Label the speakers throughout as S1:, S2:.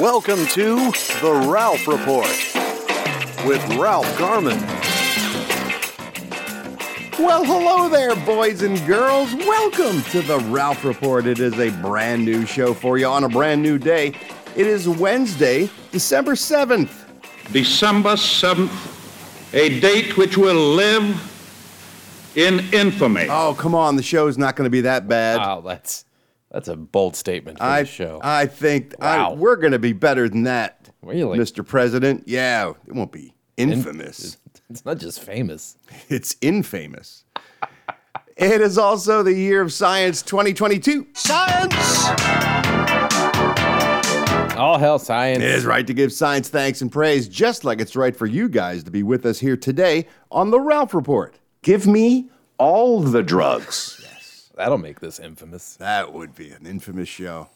S1: Welcome to The Ralph Report with Ralph Garman.
S2: Well, hello there, boys and girls. Welcome to the Ralph Report. It is a brand new show for you on a brand new day. It is Wednesday, December 7th.
S3: December 7th, a date which will live in infamy.
S2: Oh, come on. The show's not going to be that bad.
S4: Wow, that's that's a bold statement for
S2: I,
S4: the Oh, show.
S2: I think I-
S4: Wow.
S2: we're going to be better than that,
S4: Really?
S2: Mr. President. Yeah, it won't be infamous.
S4: it's not just famous.
S2: it's infamous. it is also the year of science 2022.
S1: Science!
S4: All hell science.
S2: It is right to give science thanks and praise, just like it's right for you guys to be with us here today on the Ralph Report.
S1: Give me all the drugs.
S4: That'll make this infamous.
S2: That would be an infamous show.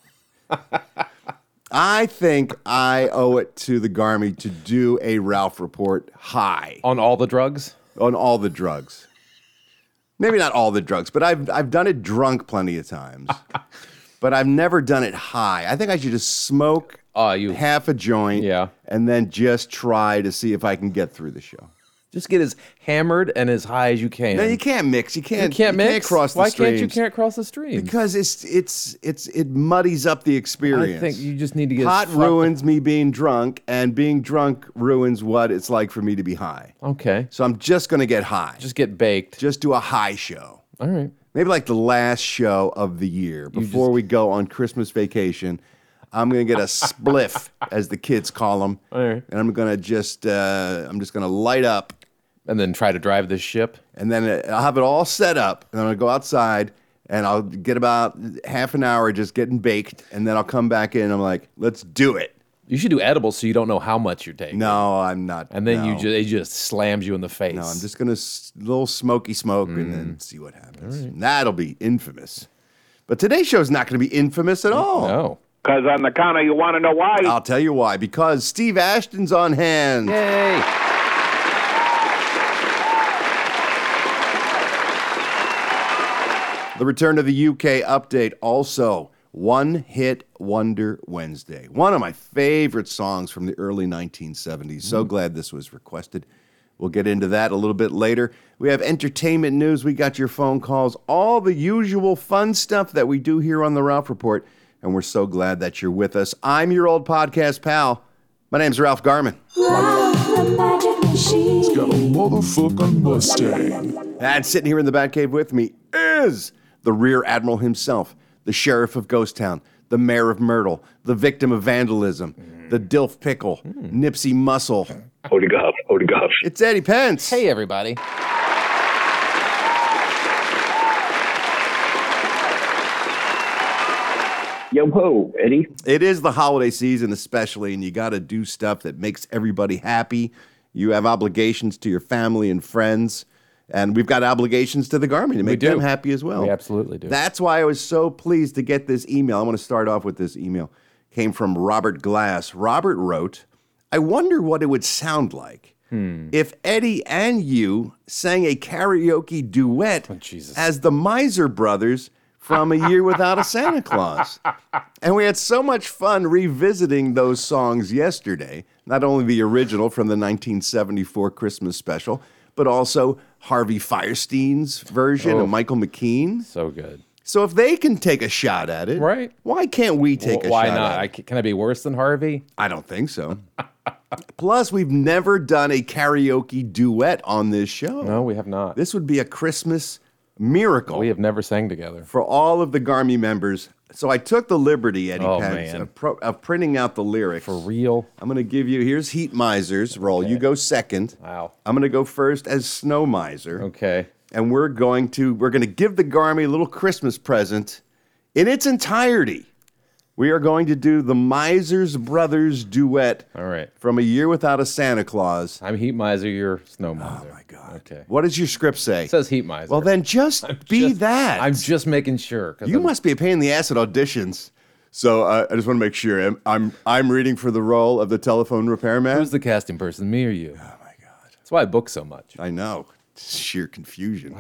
S2: I think I owe it to the Garmy to do a Ralph Report high
S4: On all the drugs?
S2: on all the drugs. Maybe not all the drugs, but I've I've done it drunk plenty of times. but I've never done it high. I think I should just smoke
S4: Oh, you-
S2: half a joint
S4: Yeah.
S2: and then just try to see if I can get through the show.
S4: Just get as hammered and as high as you can.
S2: No, you can't mix. You can't.
S4: You can't mix.
S2: cross the
S4: Why
S2: streams.
S4: can't you can't cross the stream?
S2: Because it's it's it's it muddies up the experience.
S4: I think you just need to get
S2: pot
S4: as fucked-
S2: ruins me being drunk, and being drunk ruins what it's like for me to be high.
S4: Okay.
S2: So I'm just gonna get high. Just
S4: Just get baked.
S2: just do a high show.
S4: all right.
S2: Maybe like the last show of the year before we go on Christmas vacation. I'm gonna get a spliff, as the kids call them,
S4: right.
S2: and I'm gonna just uh, I'm just gonna light up
S4: And then try to drive this ship.
S2: and then uh, I'll have it all set up, and I'm gonna go outside, and I'll get about half an hour just getting baked, and then I'll come back in. And I'm like, let's do it.
S4: You should do edibles so you don't know how much you're taking.
S2: No, I'm not.
S4: And then you
S2: no.
S4: just it just slams you in the face.
S2: No, I'm just gonna s- little smoky smoke, and then see what happens. That'll be infamous. But today's show's not gonna be infamous at all.
S4: Oh.
S5: Because on the counter, you want to know why?
S2: I'll tell you why. Because Steve Ashton's on hand.
S4: Yay.
S2: The return of the UK update also One Hit Wonder Wednesday. One of my favorite songs from the early 1970s. So glad this was requested. We'll get into that a little bit later. We have entertainment news. We got your phone calls, all the usual fun stuff that we do here on The Ralph Report. And we're so glad that you're with us. I'm your old podcast pal. My name's Ralph Garman.
S6: Got a motherfucking Mustang.
S2: And sitting here in the Batcave with me is the Rear Admiral himself, the Sheriff of Ghost Town, the Mayor of Myrtle, the victim of vandalism, the Dilf Pickle, Nipsey Muscle.
S7: Hmm. Holy God, holy God.
S2: It's Eddie Pence.
S4: Hey everybody.
S7: Yo ho, Eddie.
S2: It is the holiday season, especially, and you got to do stuff that makes everybody happy. You have obligations to your family and friends, and we've got obligations to the Garmin to make
S4: do.
S2: them happy as well.
S4: We absolutely do.
S2: That's why I was so pleased to get this email. I want to start off with this email. Came from Robert Glass. Robert wrote, I wonder what it would sound like
S4: Hmm.
S2: if Eddie and you sang a karaoke duet
S4: Oh, Jesus.
S2: as the Miser Brothers from A Year Without a Santa Claus. And we had so much fun revisiting those songs yesterday, not only the original from the 1974 Christmas special, but also Harvey Firestein's version
S4: Oh.
S2: and Michael McKean.
S4: So good.
S2: So if they can take a shot at it,
S4: Right.
S2: Why can't we take
S4: Wh-
S2: a
S4: Why
S2: shot
S4: not?
S2: at
S4: I
S2: it?
S4: c can I be worse than Harvey?
S2: I don't think so. Plus, we've never done a karaoke duet on this show.
S4: No, we have not.
S2: This would be a Christmas miracle.
S4: We have never sang together.
S2: for all of the Garmy members. So I took the liberty, Eddie
S4: Oh,
S2: Pence,
S4: man.
S2: of, pro- of printing out the lyrics. For
S4: Real.
S2: I'm going to give you here's Heat Miser's roll. You go second.
S4: Wow.
S2: I'm going to go first as Snow Miser.
S4: Okay.
S2: And we're going to we're going to give the Garmy a little Christmas present in its entirety. We are going to do the Misers Brothers duet
S4: All right.
S2: from A Year Without a Santa Claus.
S4: I'm heat miser. You're snow miser. Oh my
S2: God.
S4: Okay.
S2: What does your script say?
S4: It says heat miser.
S2: well, then just be
S4: Just-
S2: that.
S4: I'm just making sure. 'cause
S2: You
S4: I'm-
S2: must be a pain in the ass at auditions. So uh, I just want to make sure I'm, I'm I'm reading for the role of the telephone repairman.
S4: Who's the casting person? Me or you? Oh my god. That's why I book so much.
S2: I know. Sheer confusion.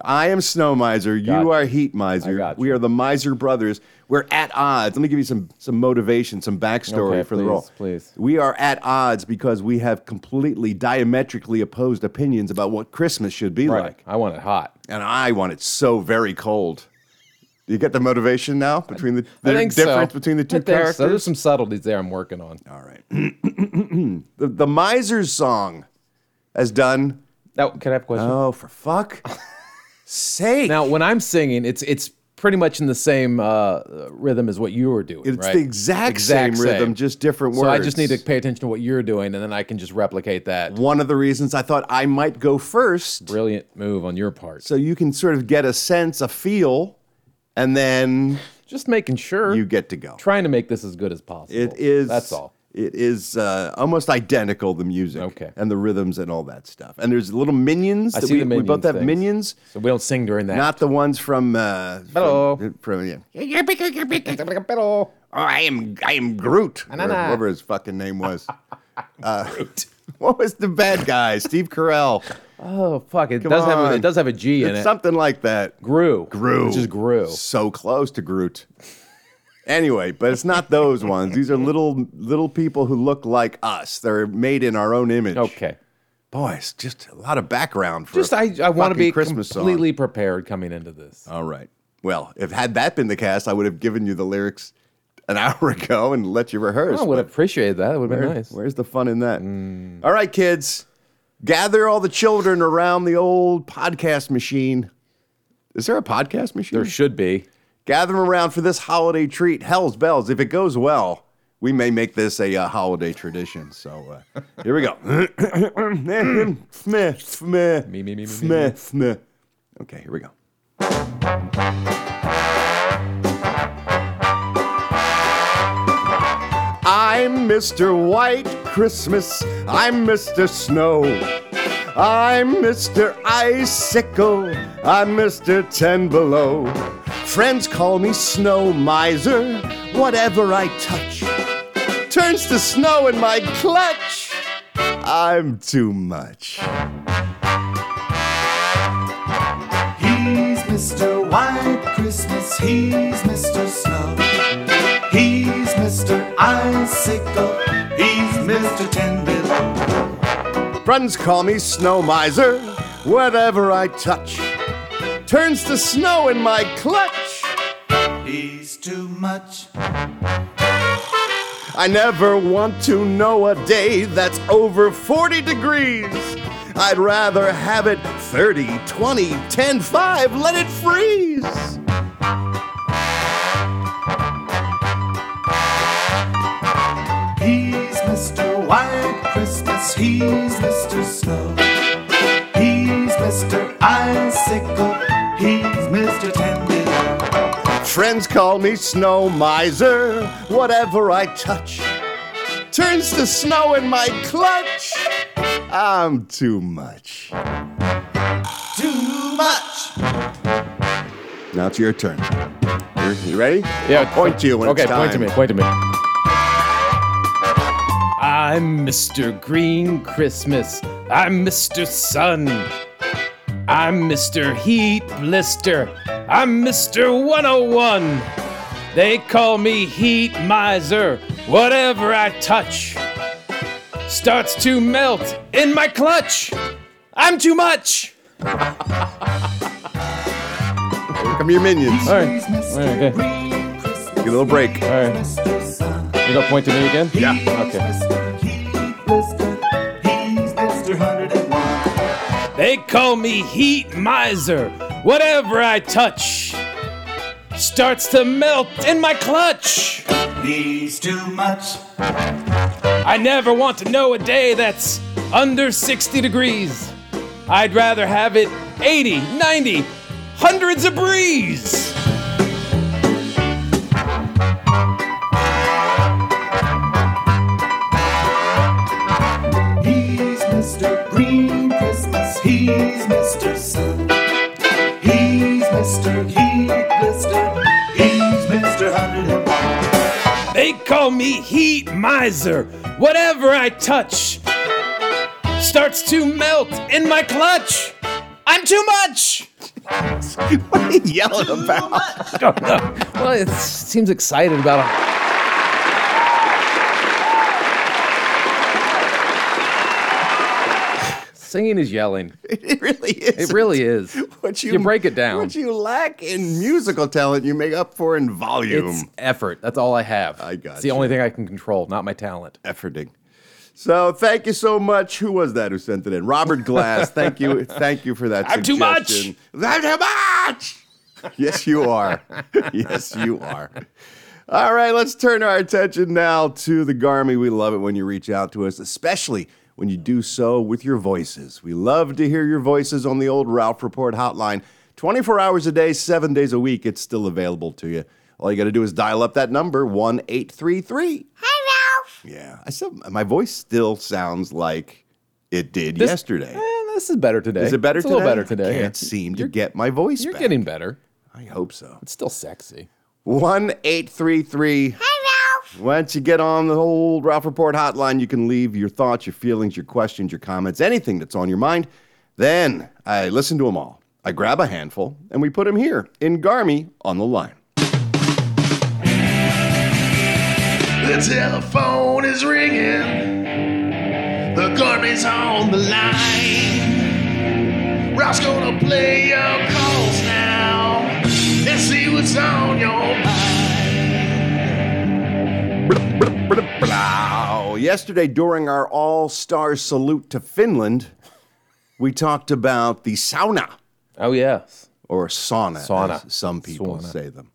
S2: I am Snow Miser. You
S4: Gotcha.
S2: are Heat Miser.
S4: I gotcha.
S2: We are the Miser brothers. We're at odds. Let me give you some some motivation, some backstory
S4: Okay,
S2: for the
S4: please,
S2: role.
S4: please.
S2: We are at odds because we have completely diametrically opposed opinions about what Christmas should be
S4: Right.
S2: like.
S4: I want it hot.
S2: And I want it so very cold. You get the motivation now between the,
S4: I
S2: the
S4: think so.
S2: difference between the two
S4: I think
S2: characters?
S4: So. There's some subtleties there I'm working on.
S2: The, the Miser's song as done.
S4: Now, can I have a question?
S2: Oh, for fuck sake.
S4: now, when I'm singing, it's it's pretty much in the same uh, rhythm as what you were doing.
S2: It's
S4: right?
S2: the exact, same, rhythm, just different
S4: So
S2: words.
S4: I just need to pay attention to what you're doing, and then I can just replicate that.
S2: One of the reasons I thought I might go first,
S4: Brilliant move on your part.
S2: so you can sort of get a sense, a feel, and then
S4: just making sure
S2: you get to go.
S4: trying to make this as good as possible.
S2: It is.
S4: That's all.
S2: It is uh, almost identical the music,
S4: Okay.
S2: and the rhythms and all that stuff. And there's little minions.
S4: I
S2: that
S4: see
S2: we,
S4: the
S2: we both
S4: minions
S2: have
S4: things.
S2: minions,
S4: So we don't sing during that.
S2: not the ones from. Uh, from-
S4: Hello.
S2: From, yeah. Oh, I am I am Groot. Or
S4: na.
S2: whatever his fucking name was. Groot. What was the bad guy? Steve Carell.
S4: oh fuck! It does have a,
S2: on.
S4: it does have a G in
S2: It's
S4: it.
S2: something like that.
S4: grew.
S2: Grew.
S4: Which is grew.
S2: So close to Groot. anyway, but it's not those ones. These are little little people who look like us. They're made in our own image.
S4: Okay.
S2: Boy, it's just a lot of background for
S4: Just I I want to
S2: fucking
S4: be
S2: Christmas song. Uh,
S4: completely prepared coming into this.
S2: All right. Well, if had that been the cast, I would have given you the lyrics an hour ago and let you rehearse.
S4: I would
S2: but-
S4: appreciate that. It would have been
S2: Where-
S4: nice. Mm.
S2: Where's the fun in that? All right, kids, gather all the children around the old podcast machine. Is there a podcast machine?
S4: There should be.
S2: gather them around for this holiday treat. Hell's bells. If it goes well, we may make this a uh, holiday tradition. So uh, here we go.
S4: Me, me, me, me, me,
S2: Okay, here we go. I'm Mr. White Christmas. I'm Mr. Snow. I'm Mr. Icicle. I'm Mr. Ten Below. Friends call me Snow Miser. Whatever I touch turns to snow in my clutch. I'm too much.
S8: He's Mr. White Christmas, he's Mr. Snow. He's Mr. Icicle, he's Mr. Ten Below.
S2: Friends call me Snow Miser. Whatever I touch turns to snow in my clutch.
S8: He's too much.
S2: I never want to know a day that's over 40 degrees. I'd rather have it 30, 20, 10, 5, let it freeze.
S8: He's Mr. White Christmas, he's Mr. Snow. He's Mr. Icicle, he's Mr. Ten Below.
S2: Friends call me Snow Miser. Whatever I touch turns to snow in my clutch. I'm too much.
S8: Too much.
S2: Now it's your turn. You- You ready?
S4: Yeah.
S2: I'll point to you when
S4: okay,
S2: it's time.
S4: point to me. Point to me. I'm Mr. Green Christmas. I'm Mr. Sun. I'm Mr. Heat Blister. I'm Mr. 101. They call me Heat Miser. Whatever I touch starts to melt in my clutch. I'm too much.
S2: Here come your minions.
S4: All right. okay.
S2: Take a little break.
S4: All right. You gonna point to me again? Yeah. Okay.
S8: He's Mr. 101.
S4: They call me Heat Miser. Whatever I touch starts to melt in my clutch.
S8: He's too much.
S4: I never want to know a day that's under 60 degrees. I'd rather have it 80, 90, hundreds of breeze.
S8: He's Mr. Sun. He's Mr. Heat Blister. He's Mr. 101.
S4: They call me Heat Miser. Whatever I touch starts to melt in my clutch. I'm too much.
S2: Yelling about.
S4: Well, it seems excited about him. Singing is yelling.
S2: It really is.
S4: It really is.
S2: What you,
S4: you break it down.
S2: What you lack in musical talent, you make up for in volume.
S4: It's effort. That's all I have.
S2: I got
S4: It's the
S2: you.
S4: only thing I can control, not my talent.
S2: efforting. So thank you so much. Who was that who sent it in? Robert Glass. Thank you. Thank you for that.
S4: I'm too much.
S2: suggestion. I'm too much. Yes, you are. yes, you are. All right, let's turn our attention now to the Garmy. We love it when you reach out to us, especially when you do so with your voices. We love to hear your voices on the old Ralph Report hotline. 24 hours a day, seven days a week, it's still available to you. All you got to do is dial up that number, 1 833 yeah, I still my voice still sounds like it did yesterday.
S4: Eh, this is better today.
S2: Is it better
S4: It's a
S2: today?
S4: little better today.
S2: I
S4: yeah.
S2: can't seem to get my voice
S4: You're
S2: back.
S4: getting better.
S2: I hope so.
S4: It's still sexy.
S2: One eight three three. Hello. Once you get on the old Ralph Report hotline, you can leave your thoughts, your feelings, your questions, your comments, anything that's on your mind. Then I listen to them all. I grab a handful and we put them here in Garmy on the line.
S8: The telephone is ringing. The garbage on the line. Ralph's gonna play your calls now and see what's on your mind.
S2: Wow. Oh, Yesterday, during our all star salute to Finland, we talked about the sauna
S4: Oh yes.
S2: or sauna,
S4: Sauna.
S2: as some people
S4: Sauna.
S2: say them.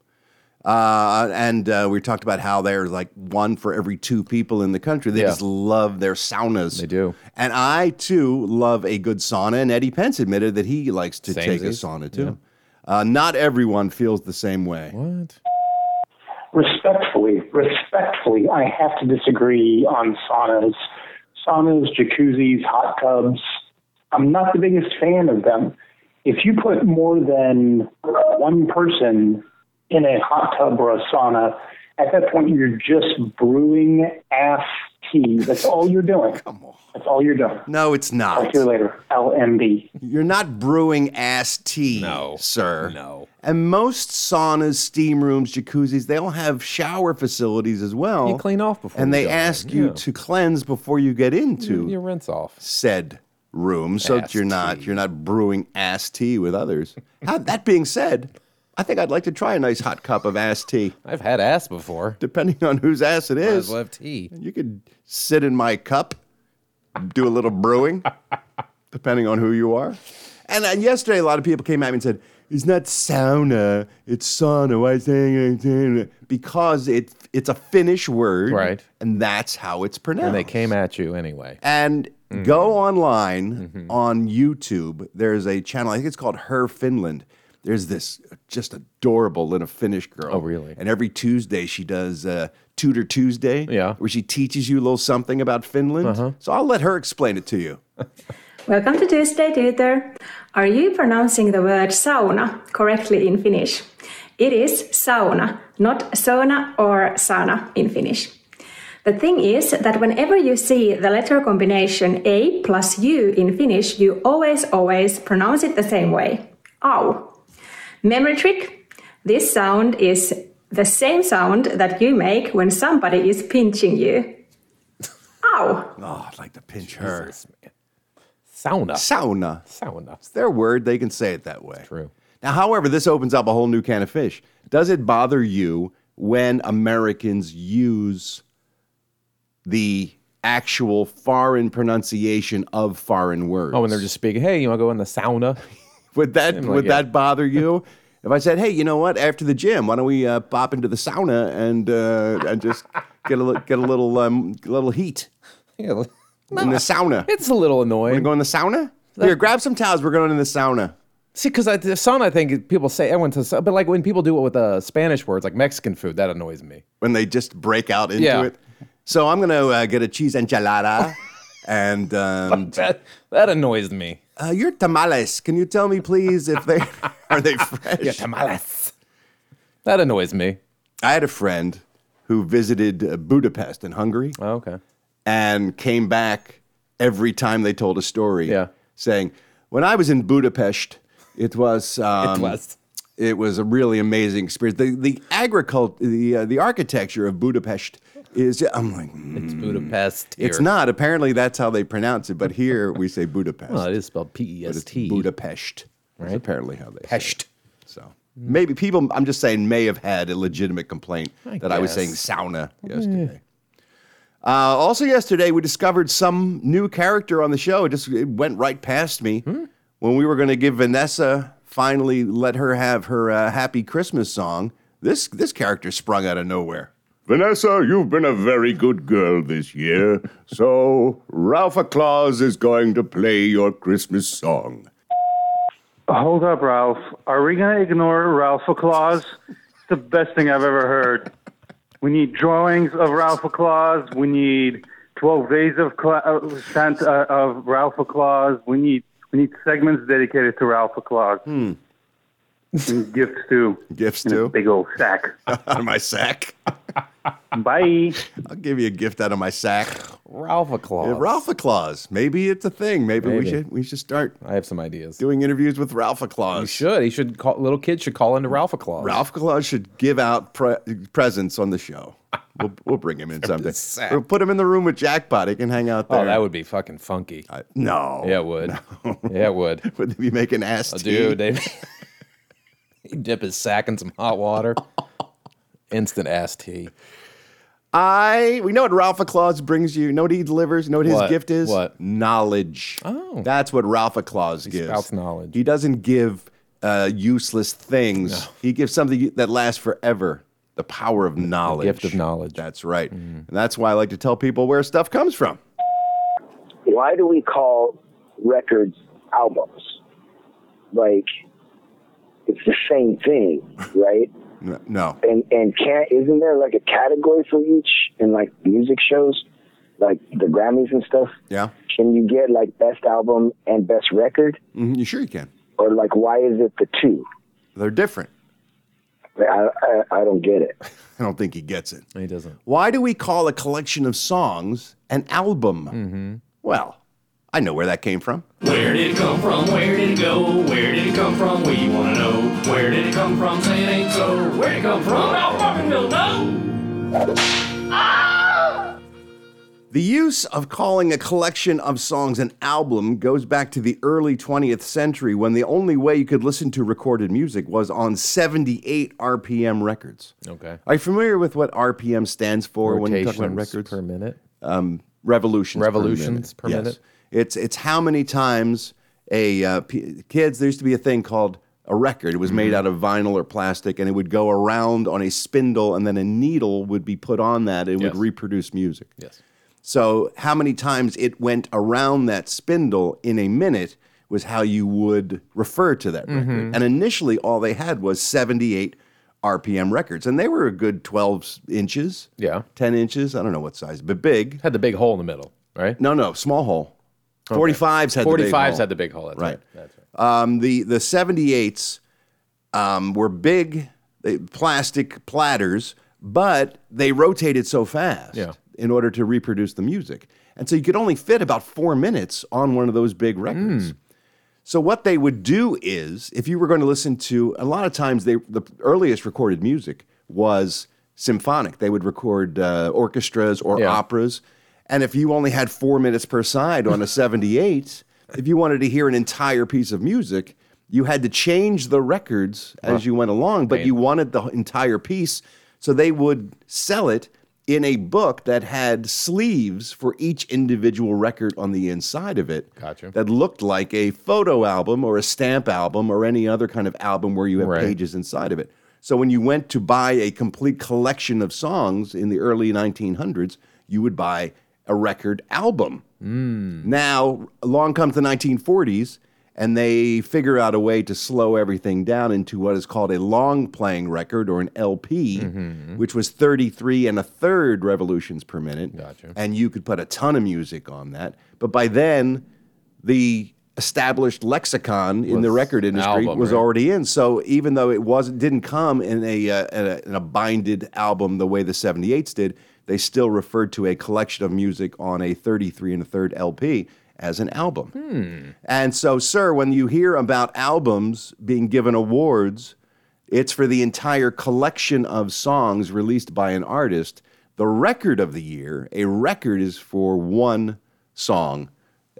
S2: Uh, and uh, we talked about how there's like one for every two people in the country. They
S4: Yeah.
S2: just love their saunas.
S4: They do.
S2: And I too love a good sauna. And Eddie Pence admitted that he likes to take a
S4: Samesies.
S2: sauna too. Uh, not everyone feels the same way.
S4: What?
S9: respectfully, respectfully, I have to disagree on saunas. Saunas, jacuzzis, hot tubs. I'm not the biggest fan of them. If you put more than one person in a hot tub or a sauna, at that point you're just brewing ass tea. That's all you're doing. Come on. That's all you're doing.
S2: No, it's
S9: Talk
S2: not.
S9: to you later. LMB.
S2: You're not brewing ass tea,
S4: No.
S2: sir.
S4: No.
S2: And most saunas, steam rooms, jacuzzis, they all have shower facilities as well.
S4: You clean off before
S2: And
S4: you
S2: they
S4: go in,
S2: ask you
S4: yeah.
S2: to cleanse before you get into
S4: Your rinse off.
S2: said room so that
S4: Ass
S2: you're not
S4: tea.
S2: you're not brewing ass tea with others. How, that being said, I think I'd like to try a nice hot cup of ass tea,
S4: I've had ass before.
S2: depending on whose ass it is.
S4: I've left tea.
S2: You could sit in my cup, do a little brewing, depending on who you are. And uh, yesterday, a lot of people came at me and said, "It's not sauna, it's sauna." Why saying because it's it's a Finnish word,
S4: Right.
S2: And that's how it's pronounced.
S4: And they came at you anyway.
S2: And
S4: Mm-hmm.
S2: go online on YouTube. There's a channel, I think it's called Her Finland. There's this just adorable little Finnish girl.
S4: Oh, really?
S2: And every Tuesday she does uh, Tutor Tuesday,
S4: Yeah. Uh-huh.
S2: where she teaches you a little something about Finland. So I'll let her explain it to you.
S9: Welcome to Tuesday Tutor. Are you pronouncing the word sauna correctly in Finnish? It is sauna, not sauna or sauna in Finnish. The thing is that whenever you see the letter combination A plus U in Finnish, you always, always pronounce it the same way. Au. Memory trick. This sound is the same sound that you make when somebody is pinching you. Ow.
S2: Oh, I'd like to pinch her.
S4: Sauna.
S2: Sauna.
S4: Sauna.
S2: Their word, they can say it that way.
S4: True.
S2: Now, however, this opens up a whole new can of fish. Does it bother you when Americans use the actual foreign pronunciation of foreign words?
S4: Oh, and they're just speaking, hey, you want to go in the sauna?
S2: would that
S4: like,
S2: would
S4: yeah.
S2: that bother you? if I said, hey, you know what? After the gym, why don't we uh, pop into the sauna and uh, and just get a li- get a little um, little heat
S4: Yeah,
S2: in the sauna?
S4: it's a little annoying.
S2: Wanna go in the sauna? Here, grab some towels. We're going in the sauna.
S4: See, because the sauna, I think people say everyone says, but like when people do it with uh, Spanish words, like Mexican food, that annoys me.
S2: when they just break out into
S4: Yeah.
S2: it. So I'm gonna uh, get a cheese enchilada and um,
S4: That that annoys me.
S2: uh, your tamales. Can you tell me, please, if they are they fresh?
S4: Your tamales. That annoys me.
S2: I had a friend who visited uh, Budapest in Hungary
S4: Oh, okay.
S2: and came back every time they told a story,
S4: Yeah.
S2: saying, "When I was in Budapest, it was um,
S4: was.
S2: it was a really amazing experience. The the agriculture, the uh, the architecture of Budapest is. I'm like, mm,
S4: It's Budapest. Here.
S2: it's not. Apparently, that's how they pronounce it, but here we say Budapest.
S4: Well, it is spelled P E
S2: but
S4: S
S2: it's
S4: T.
S2: Budapest. That's
S4: Right.
S2: apparently how they say it.
S4: Pest.
S2: So maybe people, I'm just saying, may have had a legitimate complaint that I was saying
S4: guess.
S2: sauna yesterday. Uh, also, yesterday we discovered some new character on the show. It just it went right past me when we were going to give Vanessa finally let her have her uh, happy Christmas song. This this character sprung out of nowhere.
S10: Vanessa, you've been a very good girl this year, so Ralph Claus is going to play your Christmas song.
S5: Hold up, Ralph. Are we going to ignore Ralph Claus? It's the best thing I've ever heard. We need drawings of Ralph Claus. We need 12 days of Cla- uh, Santa uh, of Ralph Claus. We need we need segments dedicated to Ralph Claus. And gifts too.
S2: Hmm. Gifts
S5: In a
S2: too
S5: big old sack.
S2: out of my sack.
S5: Bye.
S2: I'll give you a gift out of my sack.
S4: Ralph Claus.
S2: Yeah, Ralph Claus. Maybe it's a thing. Maybe, we
S4: Maybe.
S2: should we should start
S4: I have some ideas.
S2: doing interviews with Ralph Claus.
S4: He should. He should call. Little kids should call into Ralph Claus.
S2: Ralph Claus should give out pre- presents on the show. We'll, we'll bring him in someday.
S4: this sack.
S2: We'll put him in the room with Jackpot. He can hang out there.
S4: Oh, that would be fucking funky.
S2: no.
S4: yeah, it would. Yeah, it would.
S2: Would they be making ass tea?
S4: Dude, they he'd dip his sack in some hot water. Instant ass tea.
S2: I we know what Ralph Claus brings you. You know what he delivers. You know what his
S4: What?
S2: gift is?
S4: What?
S2: Knowledge.
S4: Oh.
S2: That's what Ralph Claus gives.
S4: spouts knowledge.
S2: He doesn't give uh, useless things. He gives something that lasts forever. The power of knowledge.
S4: gift of knowledge. Mm.
S2: That's right. And that's why I like to tell people where stuff comes from.
S7: Why do we call records albums? Like, it's the same thing, right?
S2: No. no.
S7: and and can't isn't there like a category for each in like music shows, like the Grammys and stuff?
S2: Yeah.
S7: Can you get like best album and best record,
S4: Mm-hmm.
S2: Mhm, You sure you can?
S7: or like why is it the two?
S2: They're different.
S7: I I, I don't get it.
S2: I don't think he gets it.
S4: He doesn't.
S2: Why do we call a collection of songs an album?
S4: Mm-hmm.
S2: Well, I know where that came from.
S8: Where did it come from? Where did it go? Where did it come from? We want to know. Where did it come from? Say it ain't so. Where did it come from? Ralph fucking will know.
S2: The use of calling a collection of songs an album goes back to the early 20th century when the only way you could listen to recorded music was on 78 RPM records.
S4: Okay.
S2: Are you familiar with what RPM stands for when you talk about
S4: Rotations
S2: records?
S4: per minute.
S2: revolutions. per
S4: Revolutions per
S2: Yes.
S4: minute.
S2: It's it's how many times a uh, p- kids. There used to be a thing called a record. It was
S4: Mm-hmm.
S2: made out of vinyl or plastic, and it would go around on a spindle, and then a needle would be put on that. It
S4: Yes.
S2: would reproduce music.
S4: Yes.
S2: So how many times it went around that spindle in a minute was how you would refer to that
S4: Mm-hmm.
S2: record. And initially, all they had was 78 RPM records, and they were a good 12 inches.
S4: Yeah.
S2: 10 inches. I don't know what size, but big.
S4: Had the big hole in the middle, right?
S2: No, no, small hole. 45s had the big
S4: 45s
S2: hole.
S4: had the big hole. That's right.
S2: Right.
S4: That's right.
S2: Um, the the 78s um, were big they, plastic platters, but they rotated so fast
S4: Yeah.
S2: in order to reproduce the music. And so you could only fit about four minutes on one of those big
S4: Hmm.
S2: records. So what they would do is, if you were going to listen to, a lot of times they the earliest recorded music was symphonic. They would record uh, orchestras or
S4: Yeah.
S2: operas, and if you only had four minutes per side on a seventy-eight, if you wanted to hear an entire piece of music, you had to change the records as you went along. But you wanted the entire piece, so they would sell it in a book that had sleeves for each individual record on the inside of it
S4: Gotcha.
S2: that looked like a photo album or a stamp album or any other kind of album where you have
S4: Right.
S2: pages inside of it. So when you went to buy a complete collection of songs in the early 1900s, you would buy a record album.
S11: Mm.
S2: Now, along comes the 1940s, and they figure out a way to slow everything down into what is called a long playing record or an LP,
S11: Mm-hmm.
S2: which was 33 and a third revolutions per minute.
S4: Gotcha.
S2: And you could put a ton of music on that. But by then, the established lexicon in the
S11: Was
S2: record
S11: an
S2: industry
S11: album,
S2: was
S11: right?
S2: already in. So even though it wasn't didn't come in a, uh, in a in a binded album the way the 78s did, they still referred to a collection of music on a 33 and a third LP as an album.
S12: Hmm.
S2: And so, sir, when you hear about albums being given awards, it's for the entire collection of songs released by an artist. The record of the year, a record is for one song,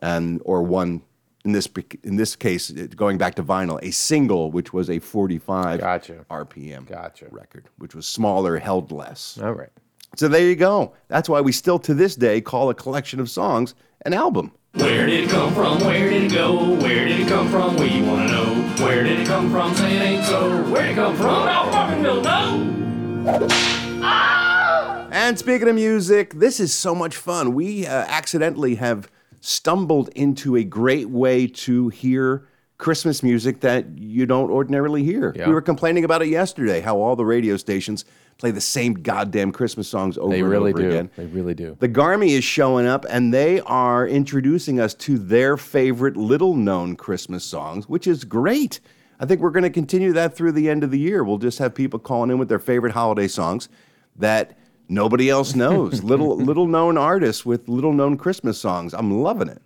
S2: and or one in this bec- in this case, it- going back to vinyl, a single, which was a 45 RPM record, which was smaller, held less.
S4: All right.
S2: So there you go. That's why we still to this day call a collection of songs an album.
S13: Where did it come from? Where did it go? Where did it come from? We wanna know. Where did it come from? Say it ain't so. Where did it come from? Out Marvinville, no.
S2: And speaking of music, this is so much fun. We uh, accidentally have stumbled into a great way to hear Christmas music that you don't ordinarily hear. We were complaining about it yesterday, how all the radio stations play the same goddamn Christmas songs over
S4: They
S2: and
S4: really
S2: over
S4: do.
S2: again.
S4: They really do.
S2: The Garmy is showing up and they are introducing us to their favorite little known Christmas songs, which is great. I think we're going to continue that through the end of the year. We'll just have people calling in with their favorite holiday songs that nobody else knows. little little known artists with little known Christmas songs. I'm loving it.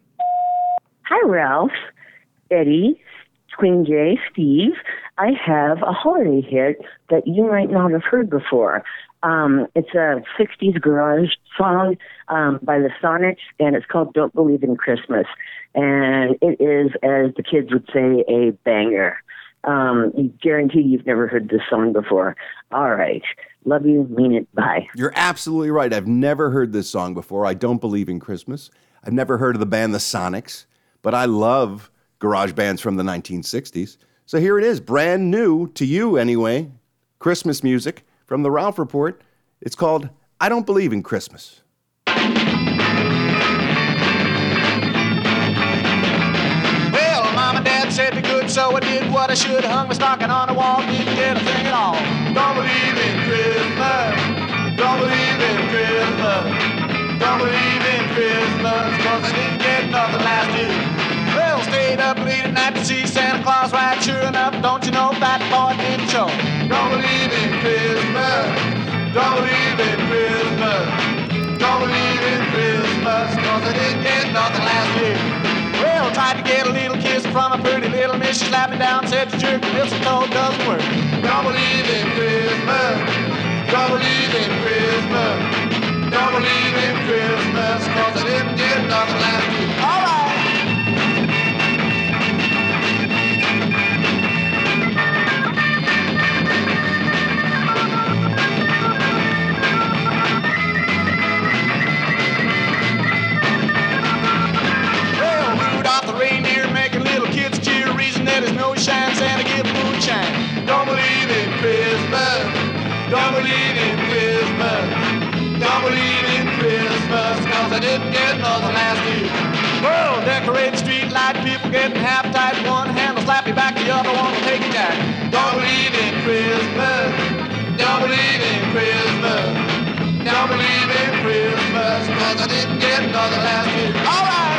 S14: Hi, Ralph, Eddie, Queen Jay, Steve. I have a holiday hit that you might not have heard before. Um, it's a 60s garage song um, by the Sonics, and it's called Don't Believe in Christmas. And it is, as the kids would say, a banger. Um, you guarantee you've never heard this song before. All right. Love you. Mean it. Bye.
S2: You're absolutely right. I've never heard this song before. I don't believe in Christmas. I've never heard of the band The Sonics, but I love garage bands from the 1960s. So here it is, brand new to you anyway, Christmas music from the Ralph Report. It's called I Don't Believe in Christmas.
S15: Well, mom and dad said to good, so I did what I should. Hung my stocking on the wall, didn't get a thing at all. Don't believe in Christmas. Don't believe in Christmas. Don't believe in Christmas, cause I didn't get nothing last year. Well, stayed up late at night to see Santa Claus right sure enough. Don't you know that boy didn't show? Don't believe in Christmas. Don't believe in Christmas. Don't believe in Christmas, cause I didn't get nothing last year. Well, tried to get a little kiss from a pretty little miss. She slapped me down, said the jerk mistletoe doesn't work. Don't believe in Christmas. Don't believe in Christmas. Don't believe in Christmas, cause I didn't get nothing last year. All right. Well, Rudolph the reindeer making little kids cheer. Reason that is no shine, Santa give moonshine. Don't believe in Christmas. Don't believe in Christmas. Don't believe in Christmas, cause I didn't get nothing last year. Well, decorate street light, people getting half tight. One hand will slap you back, the other one will take you back. Don't believe in Christmas. Don't believe in Christmas. Don't believe in Christmas, cause I didn't get nothing last year. All right!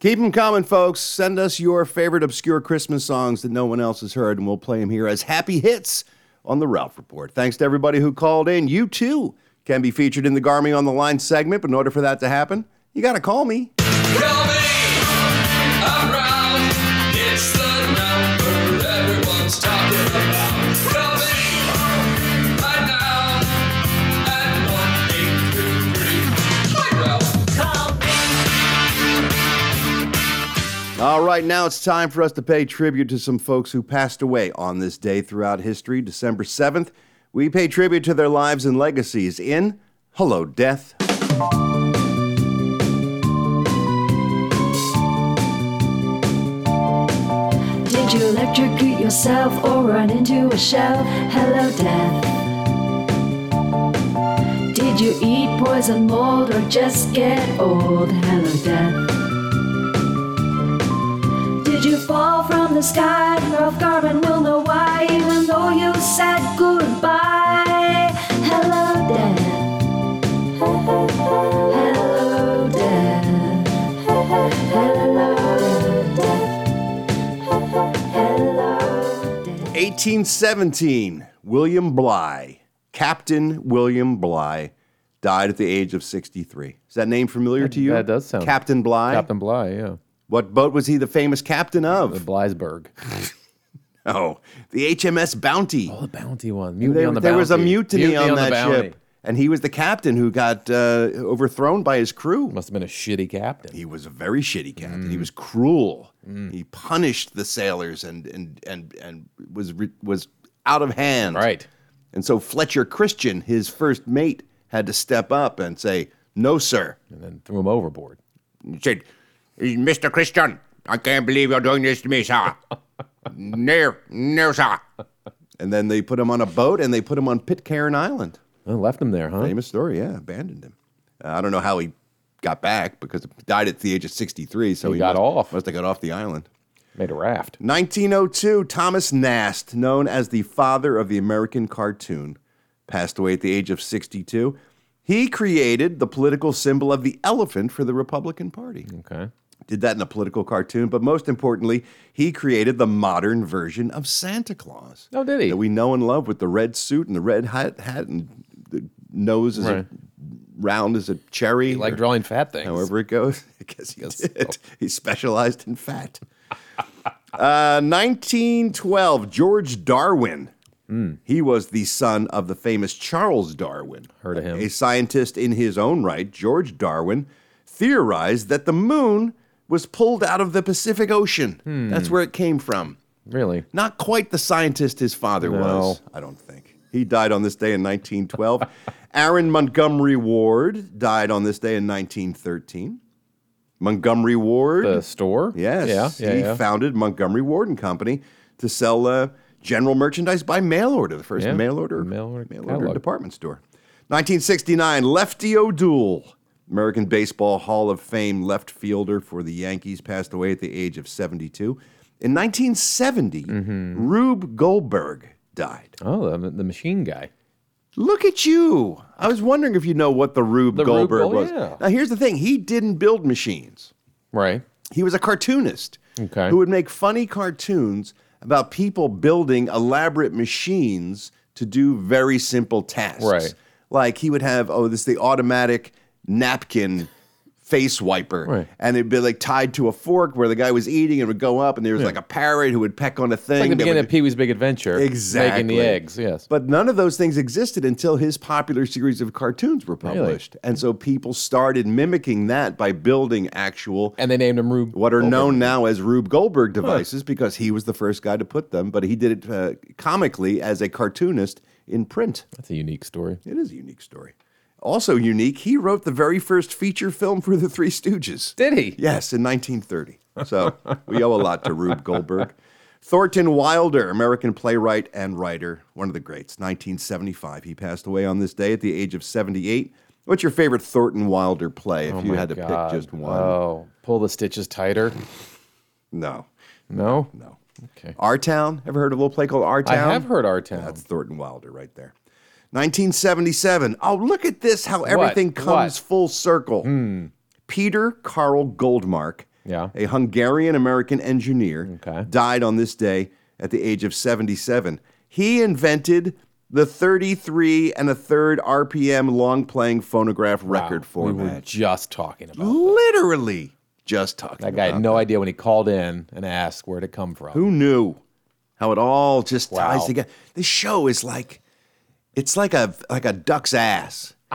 S2: Keep them coming, folks. Send us your favorite obscure Christmas songs that no one else has heard, and we'll play them here as happy hits on the Ralph Report. Thanks to everybody who called in. You too can be featured in the Garmy on the Line segment, but in order for that to happen, you got to call me.
S13: Around, it's the number everyone's talking about. Call me right now at one eight three three. Hi, Ralph. Call
S2: All right, now it's time for us to pay tribute to some folks who passed away on this day throughout history, December 7th. We pay tribute to their lives and legacies in Hello Death.
S16: Did you electrocute yourself or run into a shell? Hello, death. Did you eat poison mold or just get old? Hello, death. Did you fall
S17: the sky. Ralph Garman will know why, even though you said goodbye. Hello, Dad. Hello, Dad. Hello, Dad.
S2: 1817, William Bly, Captain William Bly, died at the age of 63. Is that name familiar to you?
S4: That does sound-
S2: Captain Bly.
S4: Captain Bly, yeah.
S2: What boat was he the famous captain of? The
S4: Blysburg.
S2: oh, the HMS Bounty. Oh, the
S4: Bounty one. Mutiny
S2: there
S4: on the
S2: there was a
S4: Bounty.
S2: mutiny,
S4: Mutiny
S2: on,
S4: on the
S2: that
S4: Bounty.
S2: ship. And he was the captain who got uh, overthrown by his crew. Must have been a shitty captain. He was a very shitty captain.
S4: Mm.
S2: He was cruel. He punished the sailors and and and and was re- was out of hand. Right. And so Fletcher Christian, his first mate, had to step up and say, "No, sir," and then threw him overboard. He said,
S18: Mr. Christian, I can't believe you're doing this to me, sir. no, no, sir.
S2: And then they put him on a boat and they put him on Pitcairn Island. left him there, huh? Famous story, yeah. Abandoned him. Uh, I don't know how he got back because he died at the age of 63. So he, got off. Must have got off the island. Made a raft. 1902, Thomas Nast, known as the father of the American cartoon, passed away at the age of 62. He created the political symbol of the elephant for the Republican Party. Okay. Did that in a political cartoon, but most importantly, he created the modern version of Santa Claus. Oh, did he? That we know and love with the red suit and the red hat, hat and the nose is
S4: Right.
S2: a, round as a cherry.
S4: He liked
S2: or
S4: drawing fat things.
S2: However it goes. I guess he did. He specialized in fat. Uh, 1912, George Darwin. He was the son of the famous Charles Darwin. Heard of him. A scientist in his own right, George Darwin theorized that the moon was pulled out of the Pacific Ocean.
S4: Hmm.
S2: That's where it came from. Really? Not quite the scientist his father
S4: No.
S2: was, I don't think. He died on this day in 1912. Aaron Montgomery Ward died on this day in 1913. Montgomery Ward. The store? Yes.
S4: Yeah, yeah,
S2: he
S4: yeah.
S2: founded Montgomery Ward and Company to sell uh, general merchandise by mail order, the first
S4: Yeah,
S2: mail order
S4: mail order,
S2: mail order
S4: catalog.
S2: department store. 1969, Lefty O'Doul, American Baseball Hall of Fame left fielder for the Yankees, passed away at the age of 72. In 1970,
S4: Mm-hmm.
S2: Rube Goldberg died.
S4: Oh, the, the machine guy.
S2: Look at you. I was wondering if you know what the Rube
S4: The Rube
S2: Goldberg
S4: Gold-
S2: was.
S4: yeah.
S2: Now, here's the thing he didn't build machines. Right. He was a cartoonist
S4: Okay.
S2: who would make funny cartoons about people building elaborate machines to do very simple tasks.
S4: Right.
S2: Like he would have, oh, this is the automatic napkin face wiper.
S4: Right.
S2: And it'd be like tied to a fork where the guy was eating and would go up and there was
S4: Yeah.
S2: like a parrot who would peck on a thing.
S4: It's like the
S2: that would
S4: beginning of Pee Wee's Big Adventure.
S2: Exactly.
S4: Making the eggs, yes.
S2: But none of those things existed until his popular series of cartoons were published. And so people started mimicking that by building actual And they named him Rube what are known now as Rube Goldberg devices because he was the first guy to put them, but he did it uh, comically as a cartoonist in print. That's a unique story. It is a unique story. Also unique, he wrote the very first feature film for the Three Stooges. Did he? Yes, in 1930. So we owe a lot to Rube Goldberg. Thornton Wilder, American playwright and writer, one of the greats, 1975. He passed away on this day at the age of 78. What's your favorite Thornton Wilder play if
S4: Oh
S2: you
S4: my
S2: had to
S4: God.
S2: pick just one?
S4: Oh, pull the stitches tighter.
S2: No.
S4: No?
S2: No. Okay. Our Town. Ever heard of a little play called Our
S4: I
S2: Town?
S4: have heard Our Town.
S2: That's Thornton Wilder right there. 1977. Oh, look at this, how
S4: What?
S2: everything
S4: What? Hmm.
S2: comes full circle. Peter Carl Goldmark, yeah. a Hungarian American engineer, died on this day at the age of 77. He invented the 33 and a third RPM long playing phonograph record
S4: We
S2: format.
S4: were just talking about
S2: Literally just talking
S4: That guy had
S2: about
S4: no idea when he called in and asked where'd it come from.
S2: Who knew how it all just ties
S4: Wow.
S2: together? This show is like it's like a like a duck's ass.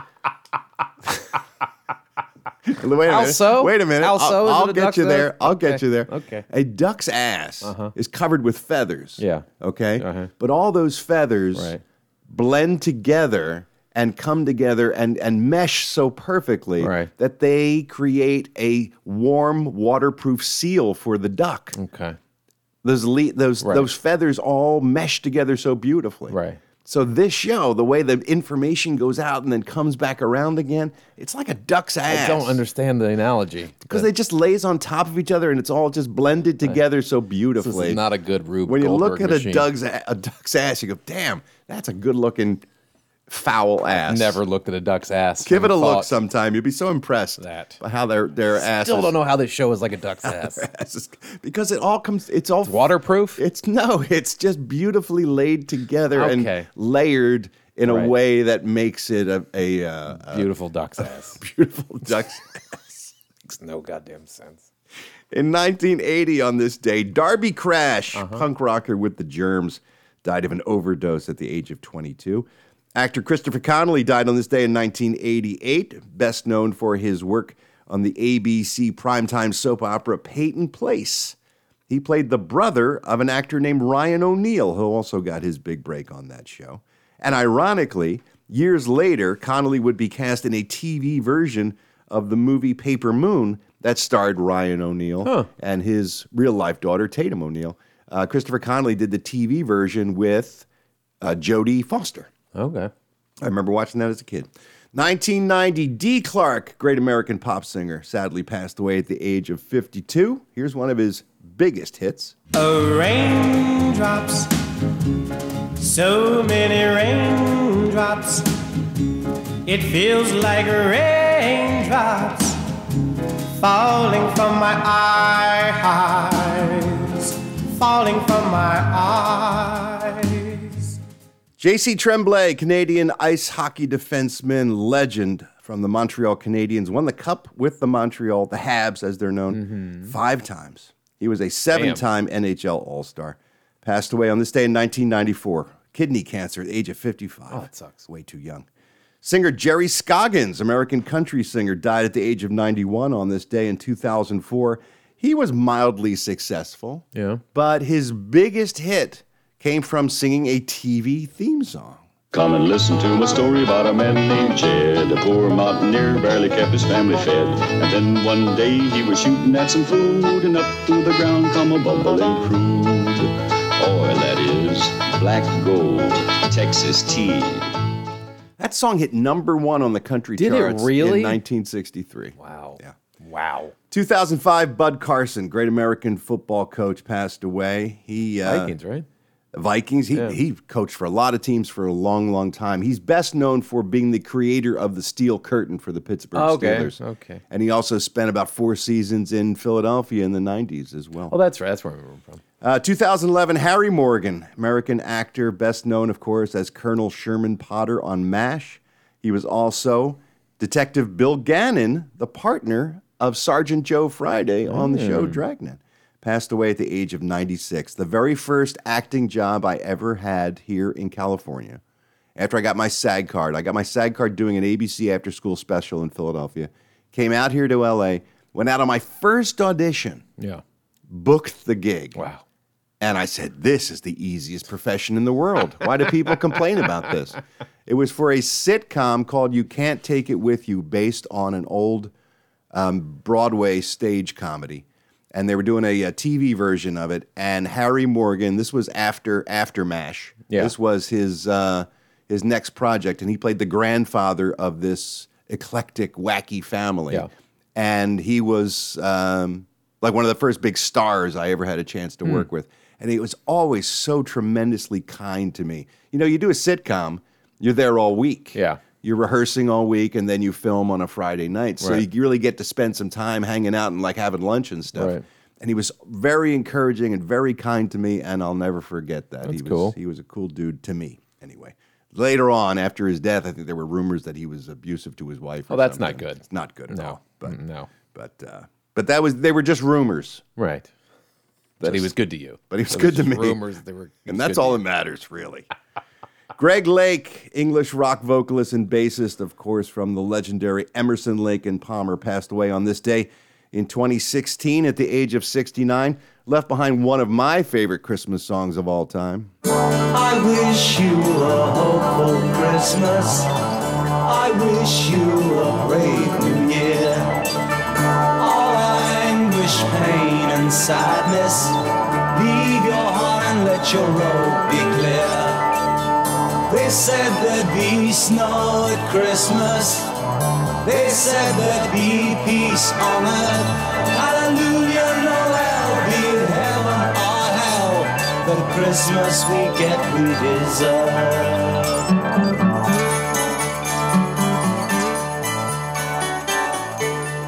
S2: wait a minute.
S4: How so?
S2: Wait a minute.
S4: How
S2: I'll-
S4: so? Is
S2: I'll,
S4: it a
S2: get
S4: duck's
S2: you there.
S4: ass?
S2: I'll get
S4: Okay.
S2: you there.
S4: Okay. Uh-huh.
S2: A duck's ass is covered with feathers. Yeah. Okay. But all those feathers blend together and come together and, and mesh so perfectly that they create a warm, waterproof seal for the duck. Okay. Those le- those
S4: Right.
S2: those feathers all mesh together so beautifully. Right. So this show, the way the information goes out and then comes back around again, it's like a duck's ass.
S4: I don't understand the analogy.
S2: because they just lays on top of each other and it's all just blended together so beautifully.
S4: This is not a good Rube
S2: When you look
S4: Goldberg
S2: at
S4: machine.
S2: a duck's a, a duck's ass, you go, "Damn, that's a good looking foul ass."
S4: Never looked at a duck's ass.
S2: Give it a
S4: and
S2: look
S4: thought,
S2: sometime. You'll be so impressed that by how their their ass.
S4: Still don't know how this show is like a duck's ass.
S2: because it all comes. It's all
S4: waterproof.
S2: It's no. It's just beautifully laid together and
S4: Okay.
S2: layered in a
S4: Right.
S2: way that makes it a a, uh,
S4: beautiful duck's ass.
S2: beautiful duck's ass.
S4: Makes no goddamn sense.
S2: In 1980, on this day, Darby Crash,
S4: Uh-huh.
S2: punk rocker with the germs, died of an overdose at the age of 22. Actor Christopher Connolly died on this day in 1988, best known for his work on the ABC primetime soap opera Peyton Place. He played the brother of an actor named Ryan O'Neal, who also got his big break on that show. And ironically, years later, Connolly would be cast in a TV version of the movie Paper Moon that starred Ryan O'Neal and his real life daughter, Tatum O'Neal. Uh, Christopher Connolly did the TV version with uh, Jodie Foster.
S4: Okay.
S2: I remember watching that as a kid. 1990, D. Clark, great American pop singer, sadly passed away at the age of 52. Here's one of his biggest hits.
S19: Oh, raindrops, so many raindrops. It feels like raindrops falling from my eyes, falling from my eyes.
S2: J.C. Tremblay, Canadian ice hockey defenseman legend from the Montreal Canadiens, won the cup with the Montreal, the Habs as they're known, five times. He was a seven time NHL All Star. Passed away on this day in 1994. Kidney cancer at the age of 55. Oh, that sucks. Way too young. Singer Jerry Scoggins, American country singer, died at the age of 91 on this day in 2004. He was mildly successful.
S4: Yeah.
S2: But his biggest hit came from singing a TV theme song.
S20: Come and listen to my story about a man named Jed, a poor mountaineer barely kept his family fed. And then one day he was shooting at some food, and up through the ground come a bubbling crude. Oil that is black gold, Texas tea.
S2: That song hit number one on the country
S20: Did it
S2: charts
S20: really?
S2: in 1963.
S4: Wow. Yeah. Wow.
S2: 2005, Bud Carson, great American football coach, passed away. He uh,
S4: Vikings, right?
S2: Vikings. He,
S4: Yeah.
S2: he coached for a lot of teams for a long, long time. He's best known for being the creator of the steel curtain for the Pittsburgh
S4: Okay.
S2: Steelers.
S4: Okay.
S2: And he also spent about four seasons in Philadelphia in the 90s as well.
S4: Oh, that's right. That's where I remember him from.
S2: Uh, 2011, Harry Morgan, American actor, best known, of course, as Colonel Sherman Potter on MASH. He was also Detective Bill Gannon, the partner of Sergeant Joe Friday on the show
S21: Mm.
S2: Dragnet. Passed away at the age of 96, the very first acting job I ever had here in California. After I got my SAG card, I got my SAG card doing an ABC after school special in Philadelphia. Came out here to LA, went out on my first audition
S4: Yeah.
S2: booked the gig. Wow. And I said, This is the easiest profession in the world. Why do people complain about this? It was for a sitcom called You Can't Take It With You, based on an old um, Broadway stage comedy. And they were doing a, uh TV version of it. And Harry Morgan, this was after After MASH.
S4: Yeah.
S2: This was his, uh, his next project. And he played the grandfather of this eclectic, wacky family
S4: Yeah.
S2: and he was um, like one of the first big stars I ever had a chance to
S4: Hmm.
S2: work with. And he was always so tremendously kind to me. You know, you do a sitcom, you're there all week. Yeah. You're rehearsing all week and then you film on a Friday night. So
S4: Right.
S2: you really get to spend some time hanging out and like having lunch and stuff.
S4: Right.
S2: And he was very encouraging and very kind to me. And I'll never forget that. he
S4: That's
S2: was,
S4: cool.
S2: He was a cool dude to me anyway. Later on, after his death, I think there were rumors that he was abusive to his wife.
S4: Oh,
S2: or
S4: that's not
S2: something.
S4: good.
S2: It's not good at
S4: No.
S2: all. Oh, But
S4: no.
S2: But uh, but that was they were just rumors,
S4: right? That he
S2: Just-
S4: was good to you.
S2: But he was
S4: That
S2: good to me.
S4: just Rumors that they were, he was
S2: and that's
S4: good to
S2: all
S4: you.
S2: that matters, really. Greg Lake, English rock vocalist and bassist, of course, from the legendary Emerson, Lake and Palmer, passed away on this day in 2016 at the age of 69. Left behind one of my favorite Christmas songs of all time.
S8: I wish you a hopeful Christmas. I wish you a brave new year. All anguish, pain, and sadness. Leave your heart and let your road be clear.
S21: They said there'd be snow at Christmas. They said there'd be peace on earth. Hallelujah, Noel, be it heaven or hell. The Christmas we get, we deserve.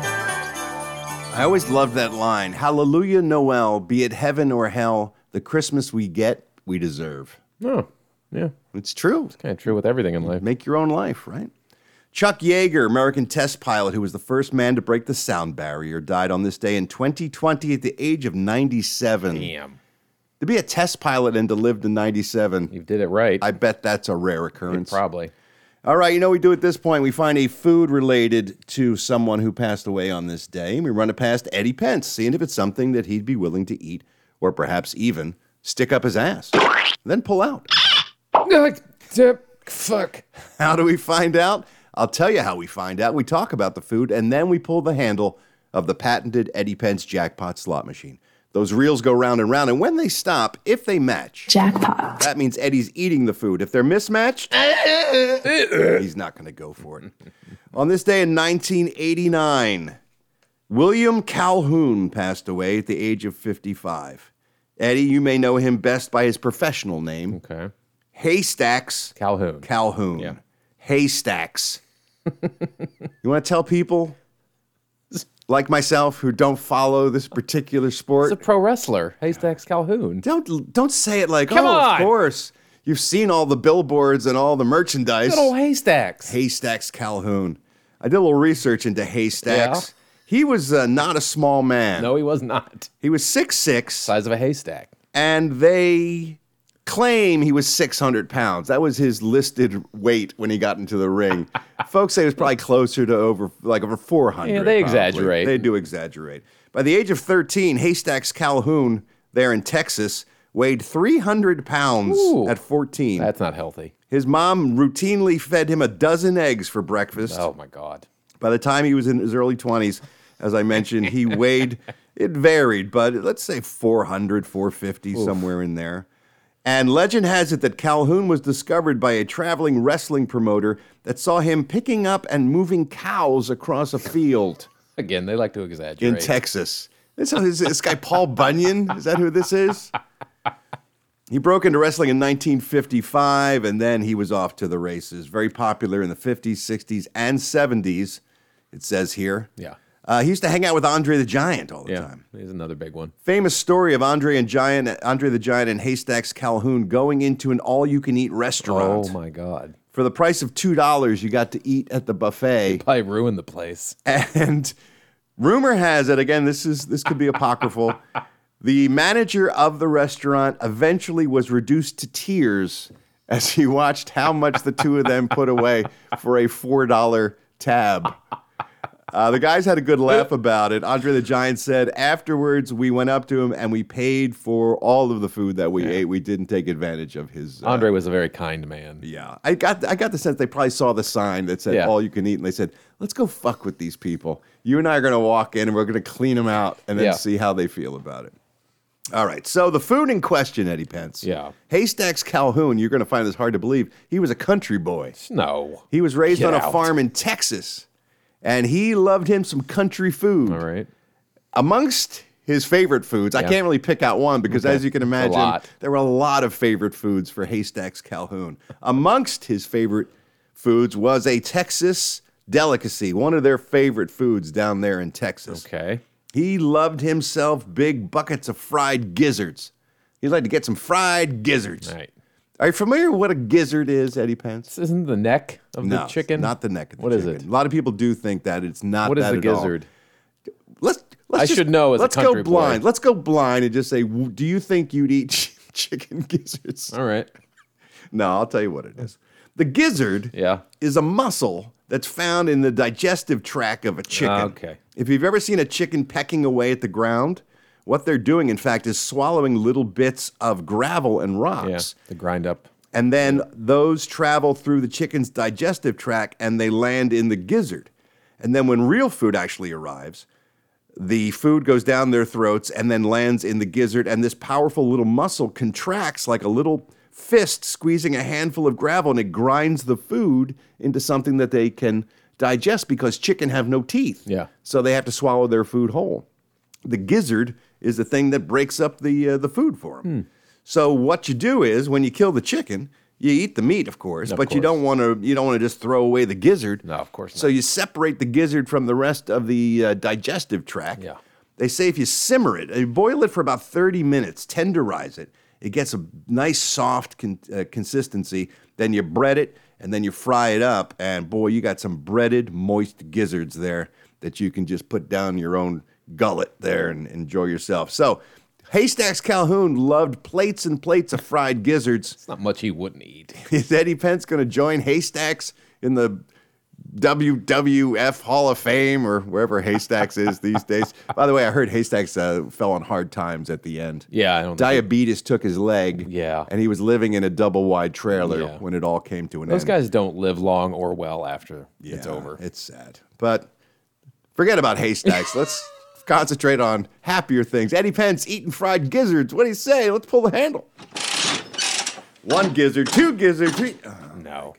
S2: I always loved that line Hallelujah, Noel, be it heaven or hell, the Christmas we get, we deserve.
S4: No, yeah.
S2: It's true. It's
S4: kind of true with everything in life.
S2: Make your own life, right? Chuck Yeager, American test pilot who was the first man to break the sound barrier, died on this day in 2020 at the age of 97. Damn. To be a test pilot and to live to 97. You
S4: did it right.
S2: I bet that's a rare occurrence.
S4: probably.
S2: All right, you know what we do at this point? We find a food related to someone who passed away on this day, and we run it past Eddie Pence, seeing if it's something that he'd be willing to eat or perhaps even stick up his ass, then pull out.
S4: Fuck.
S2: How do we find out? I'll tell you how we find out. We talk about the food and then we pull the handle of the patented Eddie Pence jackpot slot machine. Those reels go round and round, and when they stop, if they match,
S9: jackpot.
S2: That means Eddie's eating the food. If they're mismatched, he's not going to go for it. On this day in 1989, William Calhoun passed away at the age of 55. Eddie, you may know him best by his professional name.
S4: Okay.
S2: Haystacks
S4: Calhoun.
S2: Calhoun. Haystacks. you want to tell people like myself who don't follow this particular sport? It's
S4: a pro wrestler, Haystacks Calhoun.
S2: Don't don't say it like,
S4: Come
S2: oh,
S4: on."
S2: of course. You've seen all the billboards and all the merchandise.
S4: Good old Haystacks.
S2: Haystacks Calhoun. I did a little research into Haystacks. He was uh, not a small man. No,
S4: he was not.
S2: He was 6'6. Size
S4: of a haystack.
S2: And they claim he was 600 pounds. That was his listed weight when he got into the ring. Folks say it was probably closer to over, like over 400.
S4: Yeah,
S2: probably.
S4: they exaggerate.
S2: They do exaggerate. By the age of 13, Haystacks Calhoun, there in Texas, weighed 300 pounds at 14. That's
S4: not healthy.
S2: His mom routinely fed him a dozen eggs for breakfast.
S4: Oh, my God.
S2: By the time he was in his early 20s, as I mentioned, he weighed, it varied, but let's say 400, 450,
S4: Oof.
S2: somewhere in there. And legend has it that Calhoun was discovered by a traveling wrestling promoter that saw him picking up and moving cows across a field.
S4: Again, they like to exaggerate.
S2: In Texas. This, is this guy, Paul Bunyan, is that who this is? He broke into wrestling in 1955 and then he was off to the races. Very popular in the 50s, 60s, and 70s, it says here.
S4: Yeah.
S2: Uh, he used to hang out with Andre the Giant all the
S4: yeah.
S2: time.
S4: He's another big one.
S2: Famous story of Andre and Giant, Andre the Giant and Haystacks Calhoun going into an all-you-can-eat restaurant.
S4: Oh, my God.
S2: For the price of two dollars, you got to eat at the buffet.
S4: Probably ruined the place.
S2: And rumor has it again. This is this could be apocryphal. the manager of the restaurant eventually was reduced to tears as he watched how much the two of them put away for a four dollar tab. Uh, the guys had a good laugh about it. Andre the Giant said, afterwards, we went up to him and we paid for all of the food that we ate. We didn't take advantage of his. Uh,
S4: Andre was a very kind man.
S2: Yeah. I got I got the sense they probably saw the sign that said
S4: Yeah.
S2: all you can eat and they said, "Let's go fuck with these people. You and I are going to walk in and we're going to clean them out and then
S4: Yeah.
S2: see how they feel about it." All right. So the food in question, Eddie Pence.
S4: Yeah.
S2: Haystacks Calhoun, you're going to find this hard to believe. He was a country boy.
S4: No.
S2: He was raised
S4: Get
S2: on a
S4: out.
S2: farm in Texas and he loved him some country food. All
S4: right.
S2: Amongst his favorite foods, I
S4: Yeah.
S2: can't really pick out one because,
S4: Okay.
S2: as you can
S4: A
S2: imagine,
S4: lot.
S2: there were a lot of favorite foods for Haystacks Calhoun. Amongst his favorite foods was a Texas delicacy, one of their favorite foods down there in Texas.
S4: Okay.
S2: He loved himself big buckets of fried gizzards. He'd like to get some fried gizzards.
S4: Right.
S2: Are you familiar with what a gizzard is, Eddie Pence? This
S4: isn't the neck of the
S2: no, it's
S4: chicken?
S2: Not the neck of the
S4: What is
S2: chicken. it? A lot of people do think that it's not
S4: What is
S2: that
S4: the
S2: at all.
S4: gizzard?
S2: Let's, let's
S4: I
S2: just-
S4: should know as a
S2: let's
S4: country
S2: go
S4: boy.
S2: blind. Let's go blind and just say, w- do you think you'd eat ch- chicken gizzards?
S4: All right.
S2: no, I'll tell you what it is. The gizzard
S4: yeah.
S2: is a muscle that's found in the digestive tract of a chicken.
S4: Okay.
S2: If you've ever seen a chicken pecking away at the ground, what they're doing, in fact, is swallowing little bits of gravel and rocks.
S4: Yeah, to grind up.
S2: And then those travel through the chicken's digestive tract and they land in the gizzard. And then when real food actually arrives, the food goes down their throats and then lands in the gizzard. And this powerful little muscle contracts like a little fist squeezing a handful of gravel and it grinds the food into something that they can digest because chicken have no teeth.
S4: Yeah.
S2: So they have to swallow their food whole. The gizzard is the thing that breaks up the uh, the food for them. So what you do is when you kill the chicken, you eat the meat, of course,
S4: Of
S2: but you
S4: course.
S2: don't want to you don't want to just throw away the gizzard. No, of course. So you separate the gizzard from the rest of the uh, digestive tract. Yeah. They say if you simmer it, you boil it for about 30 minutes, tenderize it, it gets a nice soft con- uh, consistency. Then you bread it and then you fry it up. And boy, you got some breaded, moist gizzards there that you can just put down your own gullet there and enjoy yourself. So, Haystacks Calhoun loved plates and plates of fried gizzards. It's
S4: not much he wouldn't eat.
S2: Is Eddie Pence going to join Haystacks in the WWF Hall of Fame or wherever Haystacks is these days? By the way, I heard Haystacks uh, fell on hard times at the end.
S4: Yeah, I don't.
S2: Diabetes took his leg. Yeah. And he was living in a double wide trailer
S4: Yeah.
S2: when it all came to an
S4: Those
S2: end.
S4: guys don't live long or well after it's
S2: Yeah,
S4: over.
S2: It's sad. But forget about haystacks. Let's concentrate on happier things. Eddie Pence eating fried gizzards. What do you say? Let's pull the handle. One gizzard, two gizzards. Three. Oh,
S4: no.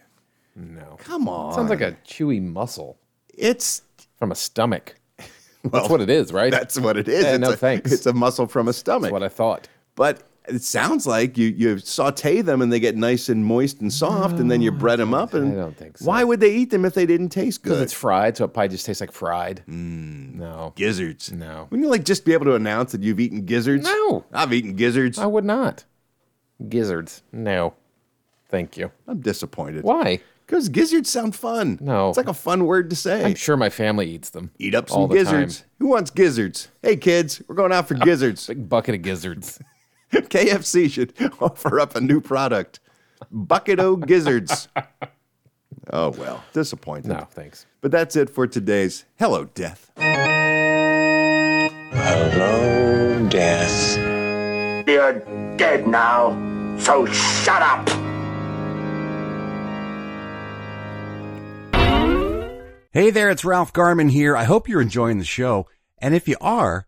S4: No.
S2: Come on.
S4: Sounds like a chewy muscle.
S2: It's
S4: from a stomach.
S2: Well,
S4: that's what it is, right?
S2: That's what it is.
S4: Yeah,
S2: it's
S4: no
S2: a,
S4: thanks.
S2: It's a muscle from a stomach. That's what
S4: I thought.
S2: But it sounds like you, you saute them and they get nice and moist and soft, and then you bread them up. And I don't think so. Why would they eat them if they didn't taste good?
S4: Because it's fried, so it probably just tastes like fried.
S2: Mm.
S4: no.
S2: Gizzards.
S4: No.
S2: Wouldn't you like just be able to announce that you've eaten gizzards?
S4: No.
S2: I've eaten gizzards.
S4: I would not. Gizzards. No. Thank you.
S2: I'm disappointed.
S4: Why?
S2: Because gizzards sound fun.
S4: No.
S2: It's like a fun word to say.
S4: I'm sure my family eats them.
S2: Eat up
S4: all
S2: some
S4: the time. Uh,
S2: gizzards. Who wants gizzards? Hey, kids, we're going out for gizzards.
S4: Big bucket of gizzards.
S2: KFC should offer up a new product Bucket O Gizzards. oh, well, disappointed.
S4: No, thanks.
S2: But that's it for today's Hello, Death.
S21: Hello, Death. You're dead now, so shut up.
S22: Hey there, it's Ralph Garman here. I hope you're enjoying the show. And if you are,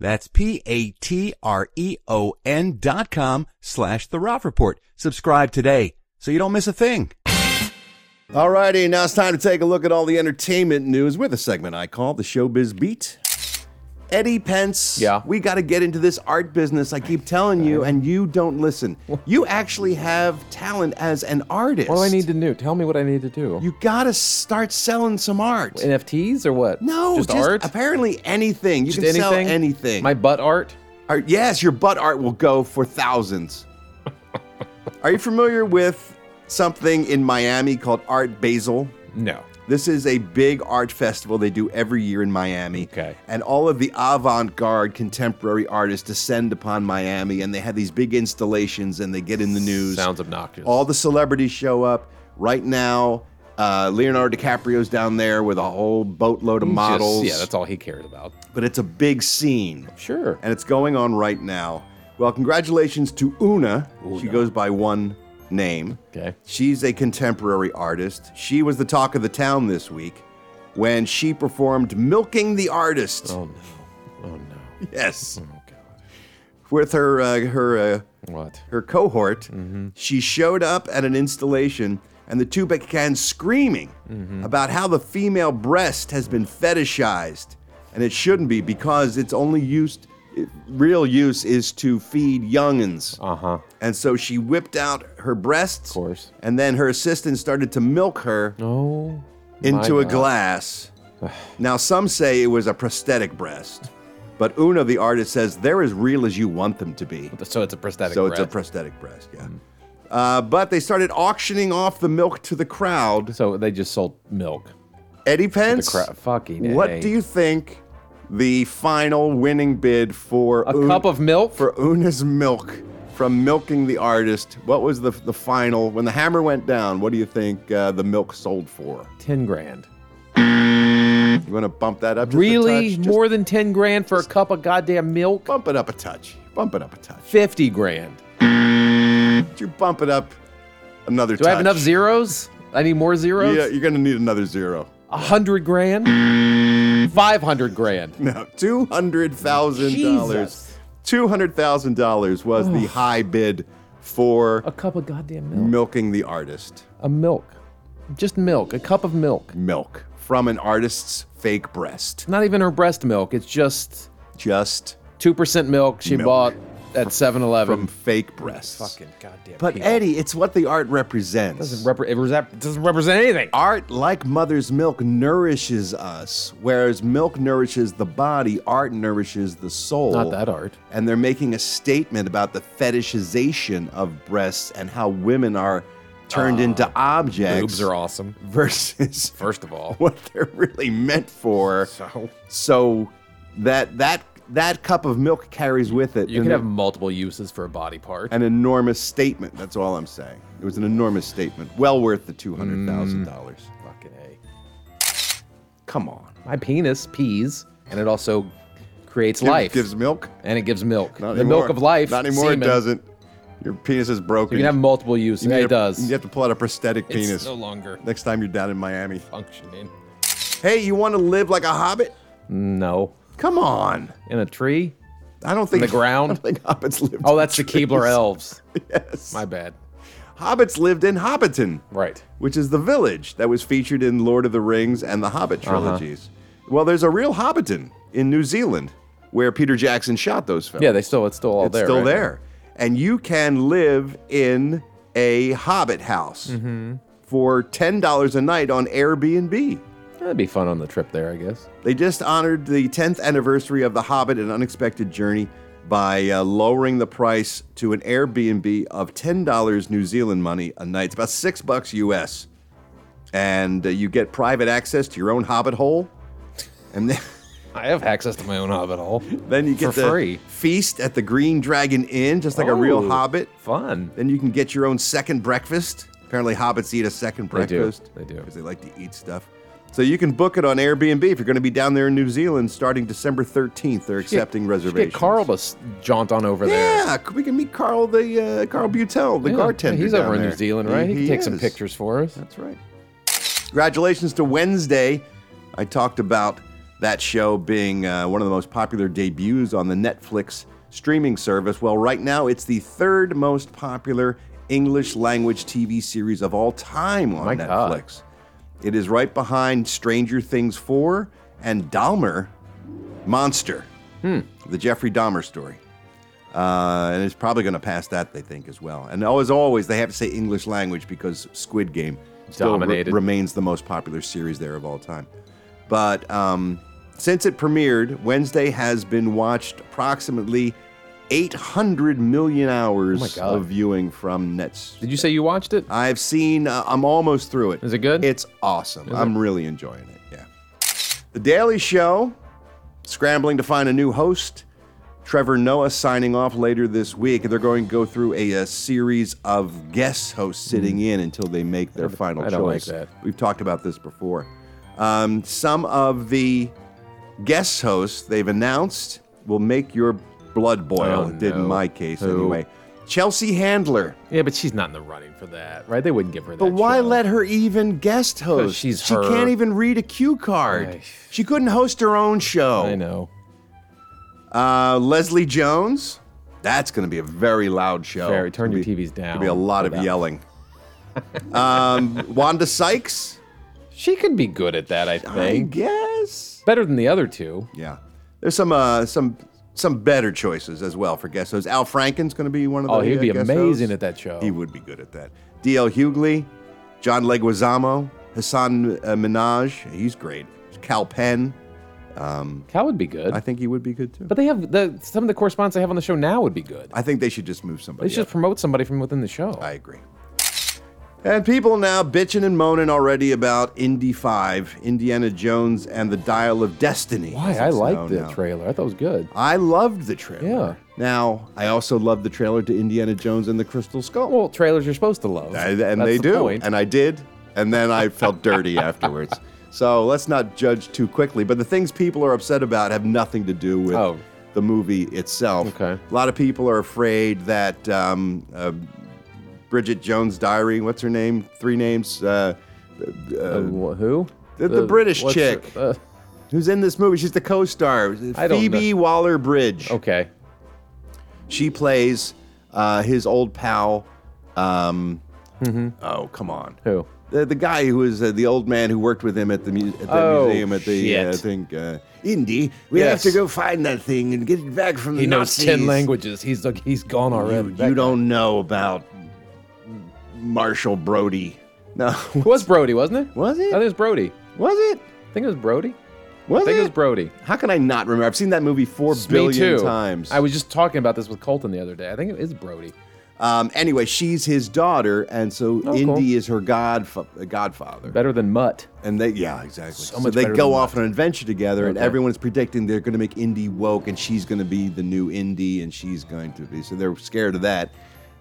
S22: That's P-A-T-R-E-O-N E dot com slash the Ralph Report. Subscribe today so you don't miss a thing.
S2: All righty, now it's time to take a look at all the entertainment news with a segment I call the Showbiz Beat. Eddie Pence, yeah. we got to get into this art business. I keep telling you, and you don't listen. You actually have talent as an artist.
S4: What do I need to do? Tell me what I need to do.
S2: You got to start selling some art.
S4: NFTs or what?
S2: No,
S4: Just art?
S2: Apparently, anything. You
S4: Just
S2: can sell
S4: anything?
S2: anything.
S4: My butt art?
S2: art. Yes, your butt art will go for thousands. Are you familiar with something in Miami called Art Basel?
S4: No.
S2: This is a big art festival they do every year in Miami. Okay. And all of the avant garde contemporary artists descend upon Miami and they have these big installations and they get in the news.
S4: Sounds obnoxious.
S2: All the celebrities show up. Right now, uh, Leonardo DiCaprio's down there with a whole boatload of
S4: He's just-
S2: models
S4: yeah, that's all he cares about.
S2: but it's a big scene.
S4: Sure.
S2: And it's going on right now. Well, congratulations to Una. She goes by one name.
S4: Okay.
S2: She's a contemporary artist. She was the talk of the town this week when she performed Milking the Artist. Oh, no.
S4: Oh, no.
S2: Yes. Oh, God. With her, uh, her, uh,
S4: what?
S2: her cohort, she showed up at an installation and the two began screaming about how the female breast has been fetishized, and it shouldn't be because it's only used. it- Real use is to feed youngins. Uh huh. And so she whipped out her breasts. Of course. And then her assistant started to milk her. Into
S4: my
S2: a
S4: God.
S2: glass. now some say it was a prosthetic breast, but Una, the artist, says they're as real as you want them to be.
S4: So it's a prosthetic
S2: So it's a
S4: breast. Mm-hmm.
S2: prosthetic breast. Yeah. Uh, but they started auctioning off the milk to the crowd.
S4: So they just sold milk.
S2: Eddie
S4: The
S2: Pence.
S4: cra- fucking
S2: What
S4: A.
S2: do you think the final winning bid for
S4: A cup of milk
S2: for Una's milk from milking the artist. What was the the final when the hammer went down? What do you think uh, the milk sold for?
S4: Ten grand.
S2: You want to bump that up? just a
S4: Really?
S2: touch? Just
S4: More than 10 grand for a cup of goddamn milk?
S2: Bump it up a touch. Bump it up a touch.
S4: 50 grand.
S2: you bump it up another.
S4: Do I have enough zeros? I need more zeros?
S2: Yeah, you're gonna need another zero.
S4: 100 grand? 500 grand.
S2: No, two hundred thousand dollars.
S4: Jesus.
S2: Two hundred thousand dollars was the
S4: Ugh.
S2: high bid for
S4: A cup of goddamn milk.
S2: milking the artist.
S4: A milk. Just milk. A cup of milk.
S2: Milk from an artist's fake breast.
S4: Not even her breast milk. It's just
S2: Just
S4: 2% milk she
S2: Milk.
S4: bought at 7
S2: from
S4: Eleven.
S2: fake breasts.
S4: Fucking goddamn.
S2: But
S4: people.
S2: Eddie, it's what the art represents.
S4: Doesn't repre- it resep- doesn't represent anything.
S2: Art, like mother's milk, nourishes us, whereas milk nourishes the body, art nourishes the soul.
S4: Not that art.
S2: And they're making a statement about the fetishization of breasts and how women are turned into objects
S4: Ah, Boobs are awesome.
S2: versus
S4: First of all.
S2: what they're really meant for.
S4: So
S2: So that that that cup of milk carries with it
S4: you
S2: an-
S4: can have multiple uses for a body part.
S2: an enormous statement. That's all I'm saying. It was an enormous statement, well worth the two hundred thousand dollars.
S4: Fucking A.
S2: Come on,
S4: My penis pees, and it also creates
S2: Gives-
S4: life.
S2: gives milk.
S4: and it gives milk.
S2: Not
S4: the
S2: anymore.
S4: milk of life.
S2: Not anymore.
S4: semen.
S2: It doesn't. Your penis is broken.
S4: You can have multiple uses.
S2: You need
S4: it
S2: a-
S4: does.
S2: You have to pull out a prosthetic
S4: It's
S2: penis.
S4: no longer
S2: Next time you're down in Miami.
S4: functioning.
S2: Hey, you want to live like a hobbit?
S4: No.
S2: Come on.
S4: In a tree?
S2: I don't think
S4: the ground?
S2: I don't think hobbits lived.
S4: Oh,
S2: in
S4: that's the
S2: trees.
S4: Keebler elves.
S2: Yes.
S4: My bad.
S2: Hobbits lived in Hobbiton.
S4: Right.
S2: which is the village that was featured in Lord of the Rings and the Hobbit
S4: Uh-huh.
S2: trilogies. Well, there's a real Hobbiton in New Zealand where Peter Jackson shot those films.
S4: Yeah, they still it's still all
S2: it's
S4: there.
S2: still
S4: right?
S2: there, and you can live in a Hobbit house
S4: Mm-hmm.
S2: for ten dollars a night on Airbnb.
S4: That'd be fun on the trip there, I guess.
S2: They just honored the 10th anniversary of The Hobbit: An Unexpected Journey by uh, lowering the price to an Airbnb of $10 New Zealand money a night. It's about six bucks US, and uh, you get private access to your own Hobbit hole, and then,
S4: I have access to my own hobbit hole.
S2: then you get
S4: For
S2: to
S4: free.
S2: feast at the Green Dragon Inn, just like a real
S4: Oh.
S2: Hobbit.
S4: Fun.
S2: Then you can get your own second breakfast. Apparently, hobbits eat a second
S4: They do.
S2: breakfast.
S4: They do.
S2: Because they like to eat stuff. So you can book it on Airbnb if you're going to be down there in New Zealand starting December 13th. They're accepting
S4: Get-
S2: reservations.
S4: Get Carl to s- jaunt on over there.
S2: Yeah, we can meet Carl the uh, Carl Butel, the
S4: Yeah,
S2: bartender.
S4: He's over
S2: down
S4: in New
S2: there.
S4: Zealand, right? He, can take some
S2: is.
S4: pictures for us.
S2: That's right. Congratulations to Wednesday. I talked about that show being uh, one of the most popular debuts on the Netflix streaming service. Well, right now it's the third most popular English language TV series of all time on
S4: My God.
S2: Netflix. It is right behind Stranger Things 4 and Dahmer Monster,
S4: Hmm.
S2: the Jeffrey Dahmer story. Uh, and it's probably going to pass that, they think, as well. And as always, they have to say English language because Squid Game still re-
S4: Dominated.
S2: remains the most popular series there of all time. But um, since it premiered, Wednesday has been watched approximately 800 million hours
S4: Oh God.
S2: of viewing from Nets.
S4: Did you say you watched it?
S2: I've seen, uh, I'm almost through it.
S4: Is it good?
S2: It's awesome.
S4: Is
S2: I'm really enjoying it. Yeah. The Daily Show, scrambling to find a new host. Trevor Noah signing off later this week. They're going to go through a, a series of guest hosts sitting in until they make their final
S4: Mm. I don't like
S2: choice.
S4: that.
S2: We've talked about this before. Um, some of the guest hosts they've announced will make your blood boil.
S4: Oh,
S2: it did in
S4: no.
S2: my case,
S4: Who?
S2: anyway. Chelsea Handler.
S4: Yeah, but she's not in the running for that, right? They wouldn't give her that.
S2: But why
S4: show.
S2: let her even guest host?
S4: she's
S2: she
S4: her.
S2: can't even read a cue card.
S4: Ay.
S2: She couldn't host her own show.
S4: I know.
S2: Uh, Leslie Jones. That's going to be a very loud show.
S4: Very. Turn your
S2: It's gonna be-
S4: TVs down.
S2: Gonna be a lot
S4: for
S2: of
S4: that.
S2: yelling. um, Wanda Sykes.
S4: She could be good at that, I
S2: I
S4: think.
S2: guess.
S4: Better than the other two.
S2: Yeah. There's some uh, some some better choices as well for guest hosts. Al Franken's going to be one of the.
S4: Oh, he'd
S2: uh,
S4: be
S2: guest
S4: amazing
S2: hosts.
S4: at that show.
S2: He would be good at that. D.L. Hughley, John Leguizamo, Hassan uh, Minaj. He's great. Cal Penn.
S4: Cal would be good.
S2: I think he would be good too.
S4: but they have the some of the correspondence they have on the show now would be good.
S2: I think they should just move somebody.
S4: They should
S2: up.
S4: promote somebody from within the show.
S2: I agree. And people now bitching and moaning already about Indy 5, Indiana Jones and the Dial of Destiny.
S4: Why?
S2: as
S4: I
S2: it's
S4: liked
S2: known
S4: the
S2: now.
S4: trailer. I thought it was good.
S2: I loved the trailer.
S4: Yeah.
S2: Now, I also love the trailer to Indiana Jones and the Crystal Skull.
S4: Well, trailers you're supposed to love.
S2: And, and
S4: That's
S2: they
S4: the
S2: do.
S4: point.
S2: And I did. And then I felt dirty afterwards. So let's not judge too quickly. But the things people are upset about have nothing to do with
S4: Oh.
S2: the movie itself. Okay. A lot of people are afraid that um, uh, Bridget Jones' Diary, what's her name? Three names. Uh, uh,
S4: who?
S2: The, the
S4: The-
S2: British
S4: what's
S2: chick.
S4: her- uh,
S2: Who's in this movie? She's the co-star.
S4: I don't Oh.
S2: Phoebe Waller Bridge.
S4: uh, Okay.
S2: She plays uh, his old pal. Um,
S4: Mm-hmm.
S2: Oh, come on.
S4: Who?
S2: The, the guy who was uh, the old man who worked with him at the, mu- at the
S4: Oh,
S2: museum at the uh,
S4: shit.
S2: thing. Uh, Indy, we
S4: Yes.
S2: have to go find that thing and get it back from
S4: He
S2: the
S4: knows
S2: Nazis.
S4: ten languages. He's like he's gone already.
S2: You, you don't know about Marshall Brody. No, it
S4: was Brody, wasn't it?
S2: Was it? I
S4: think it was Brody.
S2: Was it?
S4: I think it was Brody.
S2: Was
S4: I think
S2: it?
S4: it was Brody.
S2: How can I not remember? I've seen that movie four
S4: Me
S2: billion
S4: too.
S2: times.
S4: I was just talking about this with Colton the other day. I think it is Brody.
S2: Um, anyway, she's his daughter, and so
S4: Oh,
S2: Indy
S4: cool.
S2: is her godf- godfather.
S4: Better than Mutt.
S2: And they, yeah, exactly. So,
S4: So much
S2: they
S4: better
S2: go
S4: than
S2: off on an adventure together, and
S4: Okay.
S2: everyone's predicting they're going to make Indy woke, and she's going to be the new Indy, and she's going to be. So they're scared of that.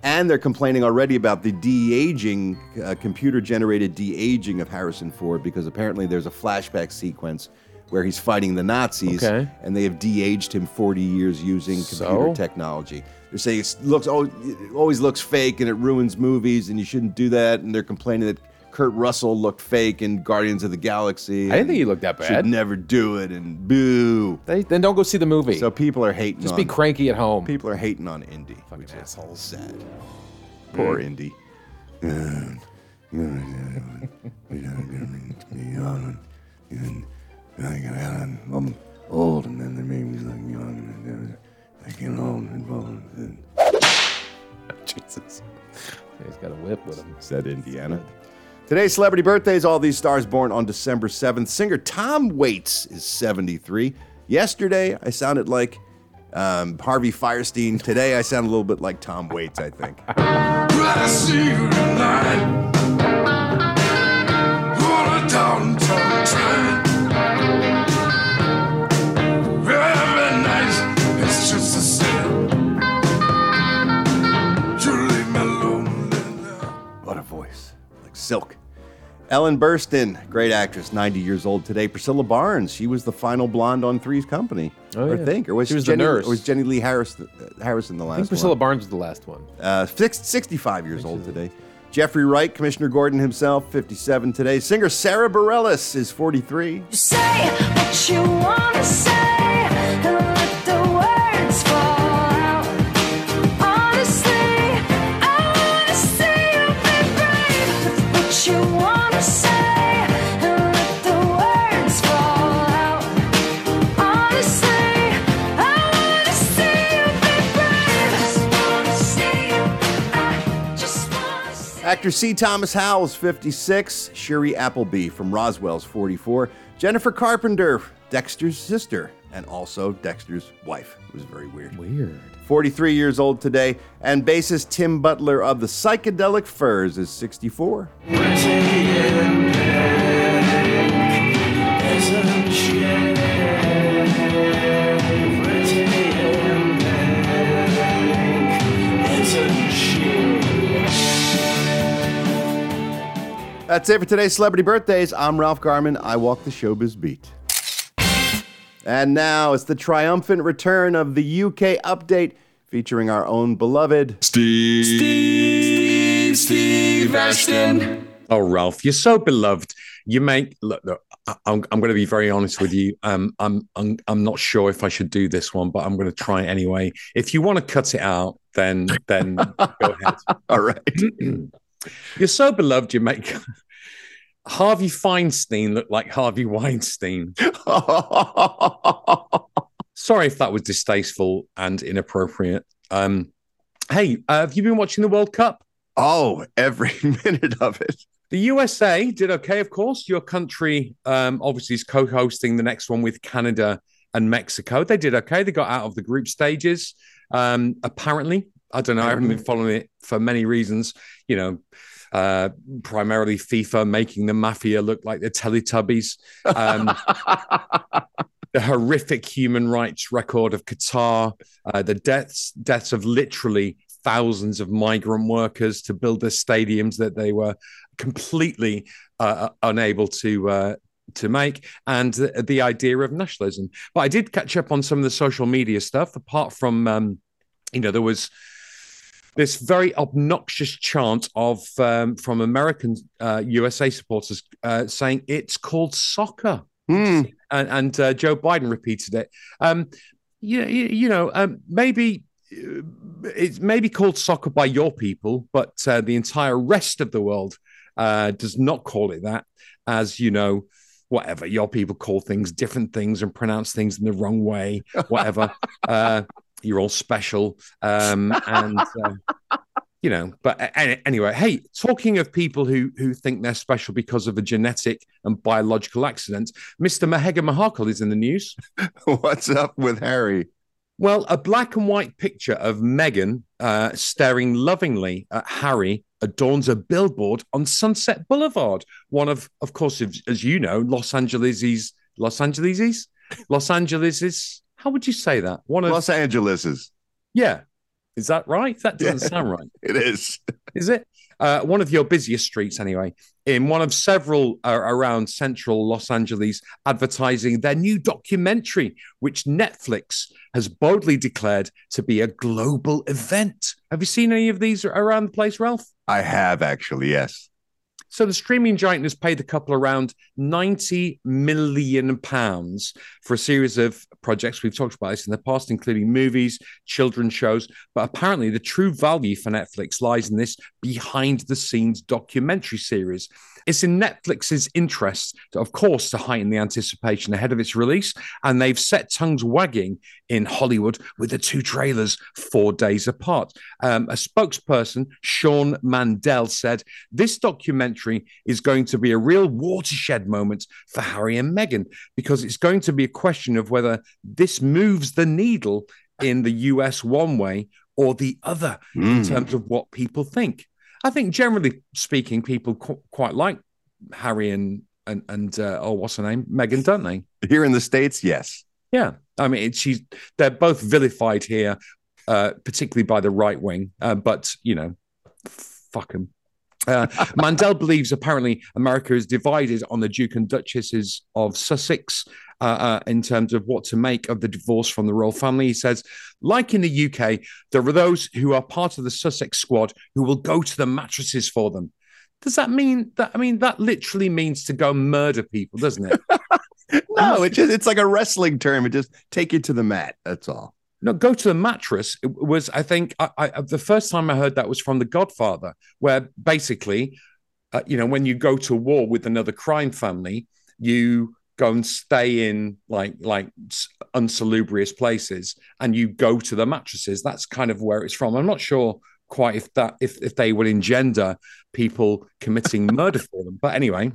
S2: And they're complaining already about the de aging, uh, computer generated de aging of Harrison Ford, because apparently there's a flashback sequence where he's fighting the Nazis,
S4: Okay.
S2: and they have de aged him 40 years using computer
S4: So?
S2: technology. They're saying it looks al- it always looks fake and it ruins movies and you shouldn't do that. And they're complaining that Kurt Russell looked fake in Guardians of the Galaxy.
S4: I didn't think he
S2: and
S4: looked that
S2: Should
S4: bad.
S2: never do it and boo.
S4: They, then don't go see the movie.
S2: So people are hating.
S4: Just
S2: on,
S4: be cranky at home.
S2: People are hating on Indy, which is sad. Poor Indy.
S23: I get out, I'm, I'm old, and then the baby's like young, and then I get old and bald. And
S4: Jesus. He's got a whip with him.
S2: Said Indiana. Today's celebrity birthdays, all these stars born on December 7th. Singer Tom Waits is 73. Yesterday, I sounded like um, Harvey Firestein. Today, I sound a little bit like Tom Waits, I think.
S8: I see you tonight on a downtown train. Every night it's just the same. You leave me alone.
S2: What a voice, like silk. Ellen Burstyn, great actress, 90 years old today. Priscilla Barnes, she was the final blonde on Three's Company.
S4: Oh,
S2: or
S4: yeah.
S2: think, or was
S4: She was the
S2: Jenny,
S4: nurse.
S2: Or was Jenny Lee Harris, Harrison the last
S4: I think Priscilla
S2: one?
S4: Barnes was the last one.
S2: uh, six, 65 years old today. Jeffrey Wright, Commissioner Gordon himself, 57 today. Singer Sarah Bareilles is 43.
S17: You say what you wanna say and let the words fall out. Honestly, I wanna see you be brave with what you wanna say and let the words fall out. Honestly, I wanna see you be brave. I just wanna see you. I just wanna see.
S2: Actor C. Thomas Howells, 56. Sherry Appleby from Roswell's, 44. Jennifer Carpenter, Dexter's sister, and also Dexter's wife. It was very weird.
S4: Weird.
S2: 43 years old today. And bassist Tim Butler of the Psychedelic Furs is 64.
S8: Isn't she pretty and pink? Isn't she?
S2: That's it for today's celebrity birthdays. I'm Ralph Garman. I walk the showbiz beat. And now it's the triumphant return of the UK update featuring our own beloved Steve.
S15: Steve, Steve Ashton. Oh, Ralph, you're so beloved. You make look. look I- I'm, I'm going to be very honest with you. Um, I'm, I'm I'm not sure if I should do this one, but I'm going to try it anyway. If you want to cut it out, then then go ahead.
S2: All right.
S15: you're so beloved. You make Harvey Feinstein look like Harvey Weinstein. Sorry if that was distasteful and inappropriate. Um, hey, uh, have you been watching the World Cup?
S2: Oh, every minute of it.
S15: The USA did okay, of course. Your country um, obviously is co hosting the next one with Canada and Mexico. They did okay. They got out of the group stages, um, apparently. I don't know. I haven't been following it for many reasons, you know, uh, primarily FIFA, making the mafia look like the Teletubbies. Um, the horrific human rights record of Qatar, uh, the deaths deaths of literally thousands of migrant workers to build the stadiums that they were completely uh, unable to uh, to make, and the, the idea of nationalism. But I did catch up on some of the social media stuff. Apart from, um, you know, there was this very obnoxious chant of um, from American uh, USA supporters uh, saying it's called soccer,
S2: Hmm,
S15: and, and uh, Joe Biden repeated it. Um, you, you, you know, um, maybe uh, it's maybe called soccer by your people, but uh, the entire rest of the world uh, does not call it that, as you know. Whatever your people call things, different things, and pronounce things in the wrong way. Whatever, uh, you're all special, um, and uh, you know but a- any- anyway hey talking of people who who think they're special because of a genetic and biological accident mr mahega mahakal is in the news
S2: what's up with harry
S15: well a black and white picture of megan uh, staring lovingly at harry adorns a billboard on sunset boulevard one of of course as- as you know los angeles's los angeles's los angeles's how would you say that one of los
S2: angeles's
S15: yeah is that right? That doesn't sound right.
S2: It is.
S15: Is it? Uh, one of your busiest streets, anyway, in one of several uh, around central Los Angeles, advertising their new documentary, which Netflix has boldly declared to be a global event. Have you seen any of these around the place, Ralph?
S2: I have actually, yes.
S15: So the streaming giant has paid the couple around 90 million pounds for a series of projects. We've talked about this in the past, including movies, children's shows. But apparently, the true value for Netflix lies in this behind the scenes documentary series. It's in Netflix's interest, to, of course, to heighten the anticipation ahead of its release. And they've set tongues wagging in Hollywood with the two trailers four days apart. Um, a spokesperson, Sean Mandel, said this documentary is going to be a real watershed moment for Harry and Meghan because it's going to be a question of whether this moves the needle in the US one way or the other in
S2: Mm.
S15: terms of what people think. I think generally speaking, people qu- quite like Harry and and and uh, oh, what's her name, Megan, don't they?
S2: Here in the states, yes.
S15: Yeah, I mean, it, she's they're both vilified here, uh, particularly by the right wing. Uh, but you know, fuck 'em. Uh, Mandel believes apparently America is divided on the Duke and Duchesses of Sussex uh, uh, in terms of what to make of the divorce from the royal family. He says, like in the UK, there are those who are part of the Sussex squad who will go to the mattresses for them. Does that mean that? I mean, that literally means to go murder people, doesn't it?
S2: No, it just it's like a wrestling term. It just take you to the mat. That's all.
S15: No, go to the mattress. It was, I think, I, I, the first time I heard that was from The Godfather, where basically, uh, you know, when you go to war with another crime family, you go and stay in like like s- unsalubrious places, and you go to the mattresses. That's kind of where it's from. I'm not sure quite if that if if they will engender people committing murder for them, but anyway.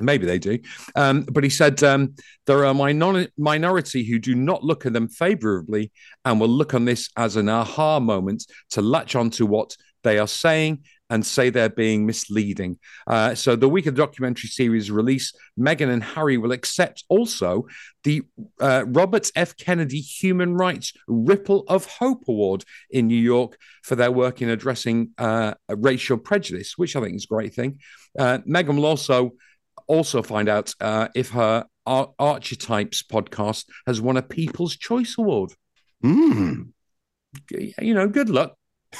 S15: Maybe they do. Um, but he said um, there are minor- minority who do not look at them favorably and will look on this as an aha moment to latch onto what they are saying and say they're being misleading. Uh, so the week of the documentary series release, Meghan and Harry will accept also the uh, Robert F. Kennedy Human Rights Ripple of Hope Award in New York for their work in addressing uh, racial prejudice, which I think is a great thing. Uh, Meghan will also also find out uh, if her Ar- Archetypes podcast has won a People's Choice Award.
S2: Hmm.
S15: G- You know, good luck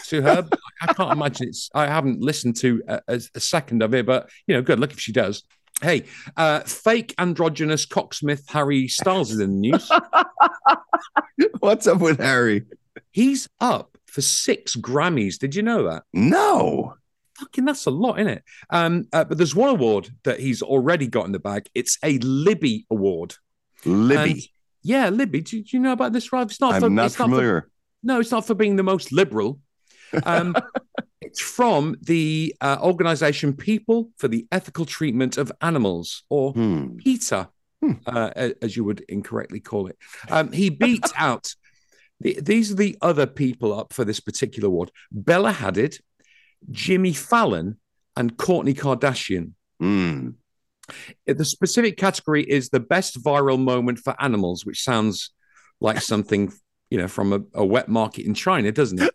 S15: to her. But I can't imagine it's. I haven't listened to a, a- a second of it, but you know, good luck if she does. Hey, uh, fake androgynous cocksmith Harry Styles is in the news.
S2: What's up with Harry?
S15: He's up for six Grammys. Did you know that?
S2: No.
S15: Fucking, that's a lot, isn't it? Um, uh, but there's one award that he's already got in the bag. It's a Libby Award.
S2: Libby.
S15: And- yeah, Libby. Do, do you know about this, Rob? It's not.
S2: I'm
S15: for,
S2: not
S15: it's Not
S2: familiar.
S15: for, no, it's not for being the most liberal. Um, it's from the uh, organization People for the Ethical Treatment of Animals, or
S2: Hmm.
S15: PETA, uh, a- as you would incorrectly call it. Um, he beat out. The, these are the other people up for this particular award: Bella Hadid, Jimmy Fallon, and Courtney Kardashian.
S2: Hmm.
S15: The specific category is the best viral moment for animals, which sounds like something you know from a, a wet market in China, doesn't it?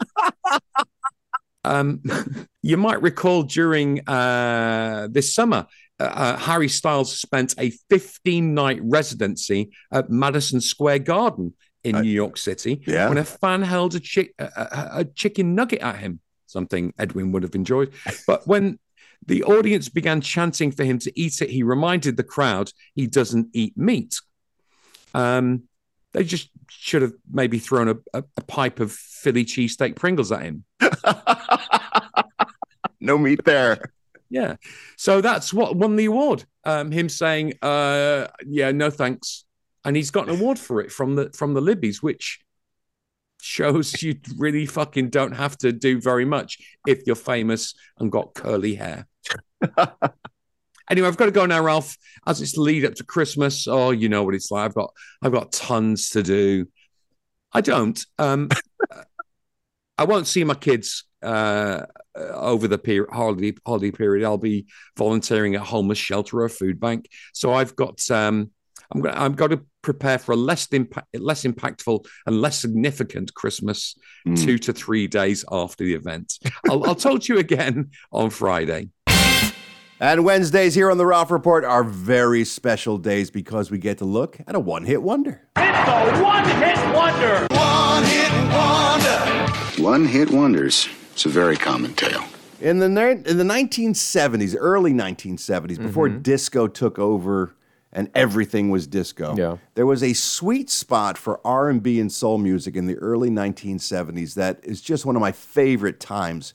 S15: um, you might recall during uh, this summer, uh, uh, Harry Styles spent a 15 night residency at Madison Square Garden in New York City
S2: Yeah.
S15: when a fan held a, chick, a, a, a chicken nugget at him, something Edwin would have enjoyed. But when the audience began chanting for him to eat it, he reminded the crowd he doesn't eat meat. Um, they just should have maybe thrown a, a, a pipe of Philly cheesesteak Pringles at him.
S2: no meat there.
S15: Yeah. So that's what won the award. Um, him saying, uh, yeah, no thanks. And he's got an award for it from the from the Libbies, which shows you really fucking don't have to do very much if you're famous and got curly hair. anyway, I've got to go now, Ralph. As it's the lead up to Christmas, oh, you know what it's like. I've got I've got tons to do. I don't. Um, I won't see my kids uh, over the period, holiday, holiday period. I'll be volunteering at homeless shelter or food bank. So I've got um, I'm going I've got to prepare for a less impact, less impactful and less significant Christmas two to three days after the event. I'll, I'll talk to you again on Friday.
S2: And Wednesdays here on the Ralph Report are very special days because we get to look at a one hit wonder.
S24: One hit wonder. One hit wonder.
S25: One hit wonders. It's a very common tale.
S2: In the, ner- in the 1970s, early 1970s, before
S25: Mhm.
S2: disco took over and everything was disco,
S4: Yeah.
S2: there was a sweet spot for R&B and soul music in the early 1970s that is just one of my favorite times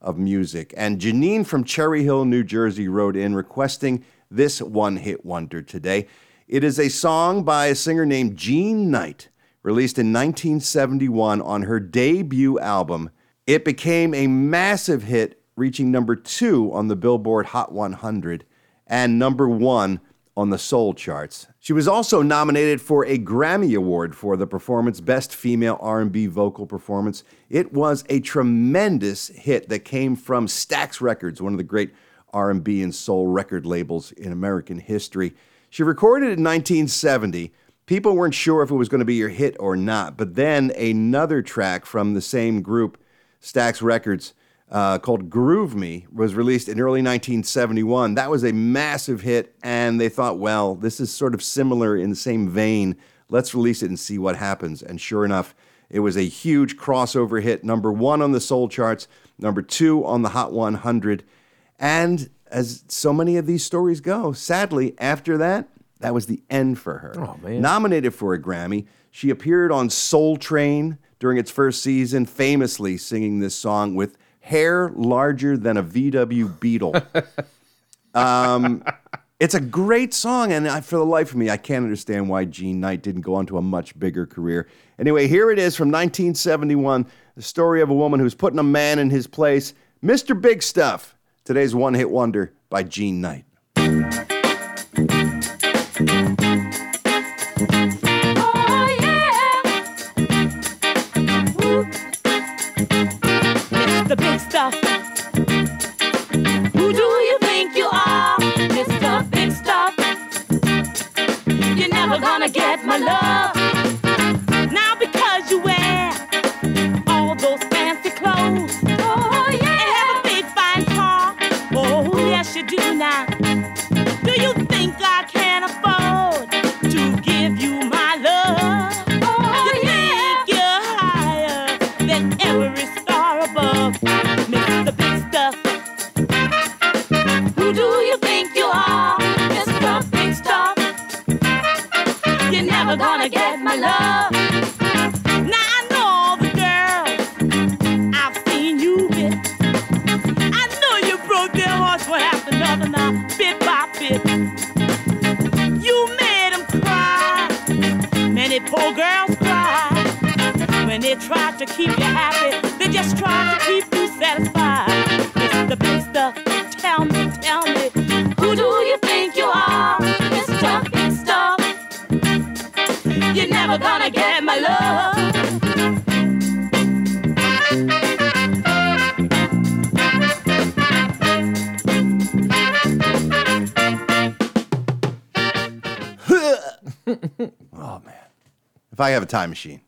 S2: of music. And Janine from Cherry Hill, New Jersey wrote in requesting this one-hit wonder today. It is a song by a singer named Jean Knight, released in 1971 on her debut album. It became a massive hit, reaching number 2 on the Billboard Hot 100 and number 1 on the soul charts. She was also nominated for a Grammy Award for the performance Best Female R&B Vocal Performance. It was a tremendous hit that came from Stax Records, one of the great R&B and soul record labels in American history. She recorded it in 1970. People weren't sure if it was going to be your hit or not, but then another track from the same group Stax Records uh, called Groove Me was released in early 1971. That was a massive hit, and they thought, well, this is sort of similar in the same vein. Let's release it and see what happens. And sure enough, it was a huge crossover hit, number one on the soul charts, number two on the Hot 100. And as so many of these stories go, sadly, after that, that was the end for her.
S4: Oh, man.
S2: Nominated for a Grammy, she appeared on Soul Train during its first season, famously singing this song with hair larger than a VW Beetle. um, it's a great song, and I, for the life of me, I can't understand why Gene Knight didn't go on to a much bigger career. Anyway, here it is from 1971 the story of a woman who's putting a man in his place. Mr. Big Stuff, today's one hit wonder by Gene Knight.
S16: It's the big stuff. Who do you think you are? Mr. Big Stuff. You're never gonna get my love. Now because you wear all those fancy clothes. Oh, yeah. And have a big fine car. Oh, yes, you do now. Do you think I can afford to give you my love? Oh, you think you're higher than every star above. Mr. Big Stuff. Who do you think you are? Mr. Big Stuff. You're never gonna get my love. Now I know all the girls I've seen you with. I know you broke their hearts one after another now, bit by bit. You made them cry. Many poor girls cry when they tried to keep you happy. They just tried to keep you satisfied. It's the big stuff. Tell me, tell me, who do you think you are, Mr. Big Stuff? You're never gonna get my love.
S2: If I have a time machine,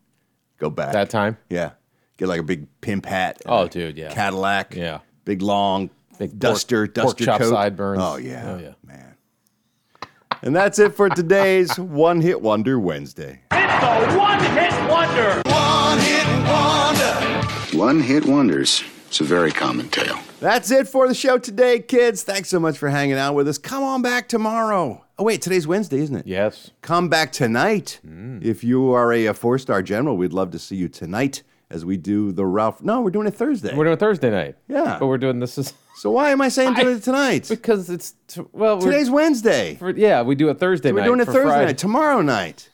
S2: go back. That
S4: time?
S2: Yeah. Get like a big pimp hat.
S4: Oh, dude, yeah.
S2: Cadillac.
S4: Yeah.
S2: Big long duster,
S4: pork, pork
S2: duster
S4: chop
S2: coat.
S4: sideburns.
S2: Oh, yeah.
S4: Oh yeah.
S2: And that's it for today's One Hit Wonder Wednesday.
S24: The one hit wonder. One hit wonder.
S25: One hit wonders. It's a very common tale.
S2: That's it for the show today, kids. Thanks so much for hanging out with us. Come on back tomorrow. Oh, wait, today's Wednesday, isn't it?
S4: Yes.
S2: Come back tonight.
S4: Mm.
S2: If you are a, four star general, we'd love to see you tonight as we do the Ralph. No, we're doing it Thursday.
S4: We're doing Thursday night.
S2: Yeah.
S4: But we're doing this is
S2: So why am I saying doing it tonight?
S4: Because it's t- well we're-
S2: today's Wednesday.
S4: for- yeah, we do a Thursday
S2: we're
S4: night.
S2: doing it
S4: for
S2: Thursday
S4: Friday.
S2: night. Tomorrow night.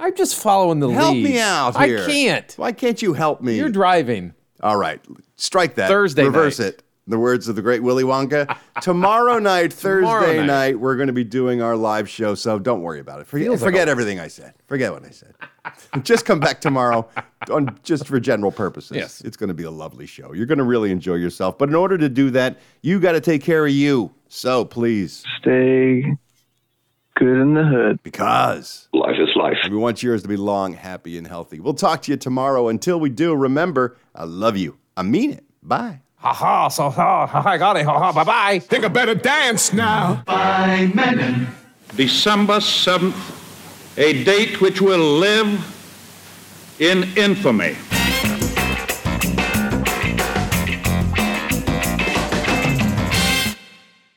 S4: I'm just following the
S2: Help me
S4: lead.
S2: out
S4: I
S2: here.
S4: can't.
S2: Why can't you help me?
S4: You're driving.
S2: All right. Strike that.
S4: Thursday
S2: Reverse
S4: night.
S2: it. The words of the great Willy Wonka. Tomorrow night, Thursday
S4: Tomorrow night.
S2: night. we're going to be doing our live show. So don't worry about it. Forget,
S4: Feels like
S2: forget
S4: a-
S2: everything I said. Forget what I said. just come back tomorrow on just for general purposes.
S4: Yes.
S2: It's going to be a lovely show. You're going to really enjoy yourself. But in order to do that, you got to take care of you. So please
S1: Stay good in the hood.
S2: because
S1: Life is life.
S2: we want yours to be long, happy, and healthy. We'll talk to you tomorrow. Until we do, remember, I love you. I mean it. Bye.
S4: Ha ha, so ha, ha ha, got it, ha ha, bye bye.
S3: Think I better dance now. By Menon. December 7th, a date which will live in infamy.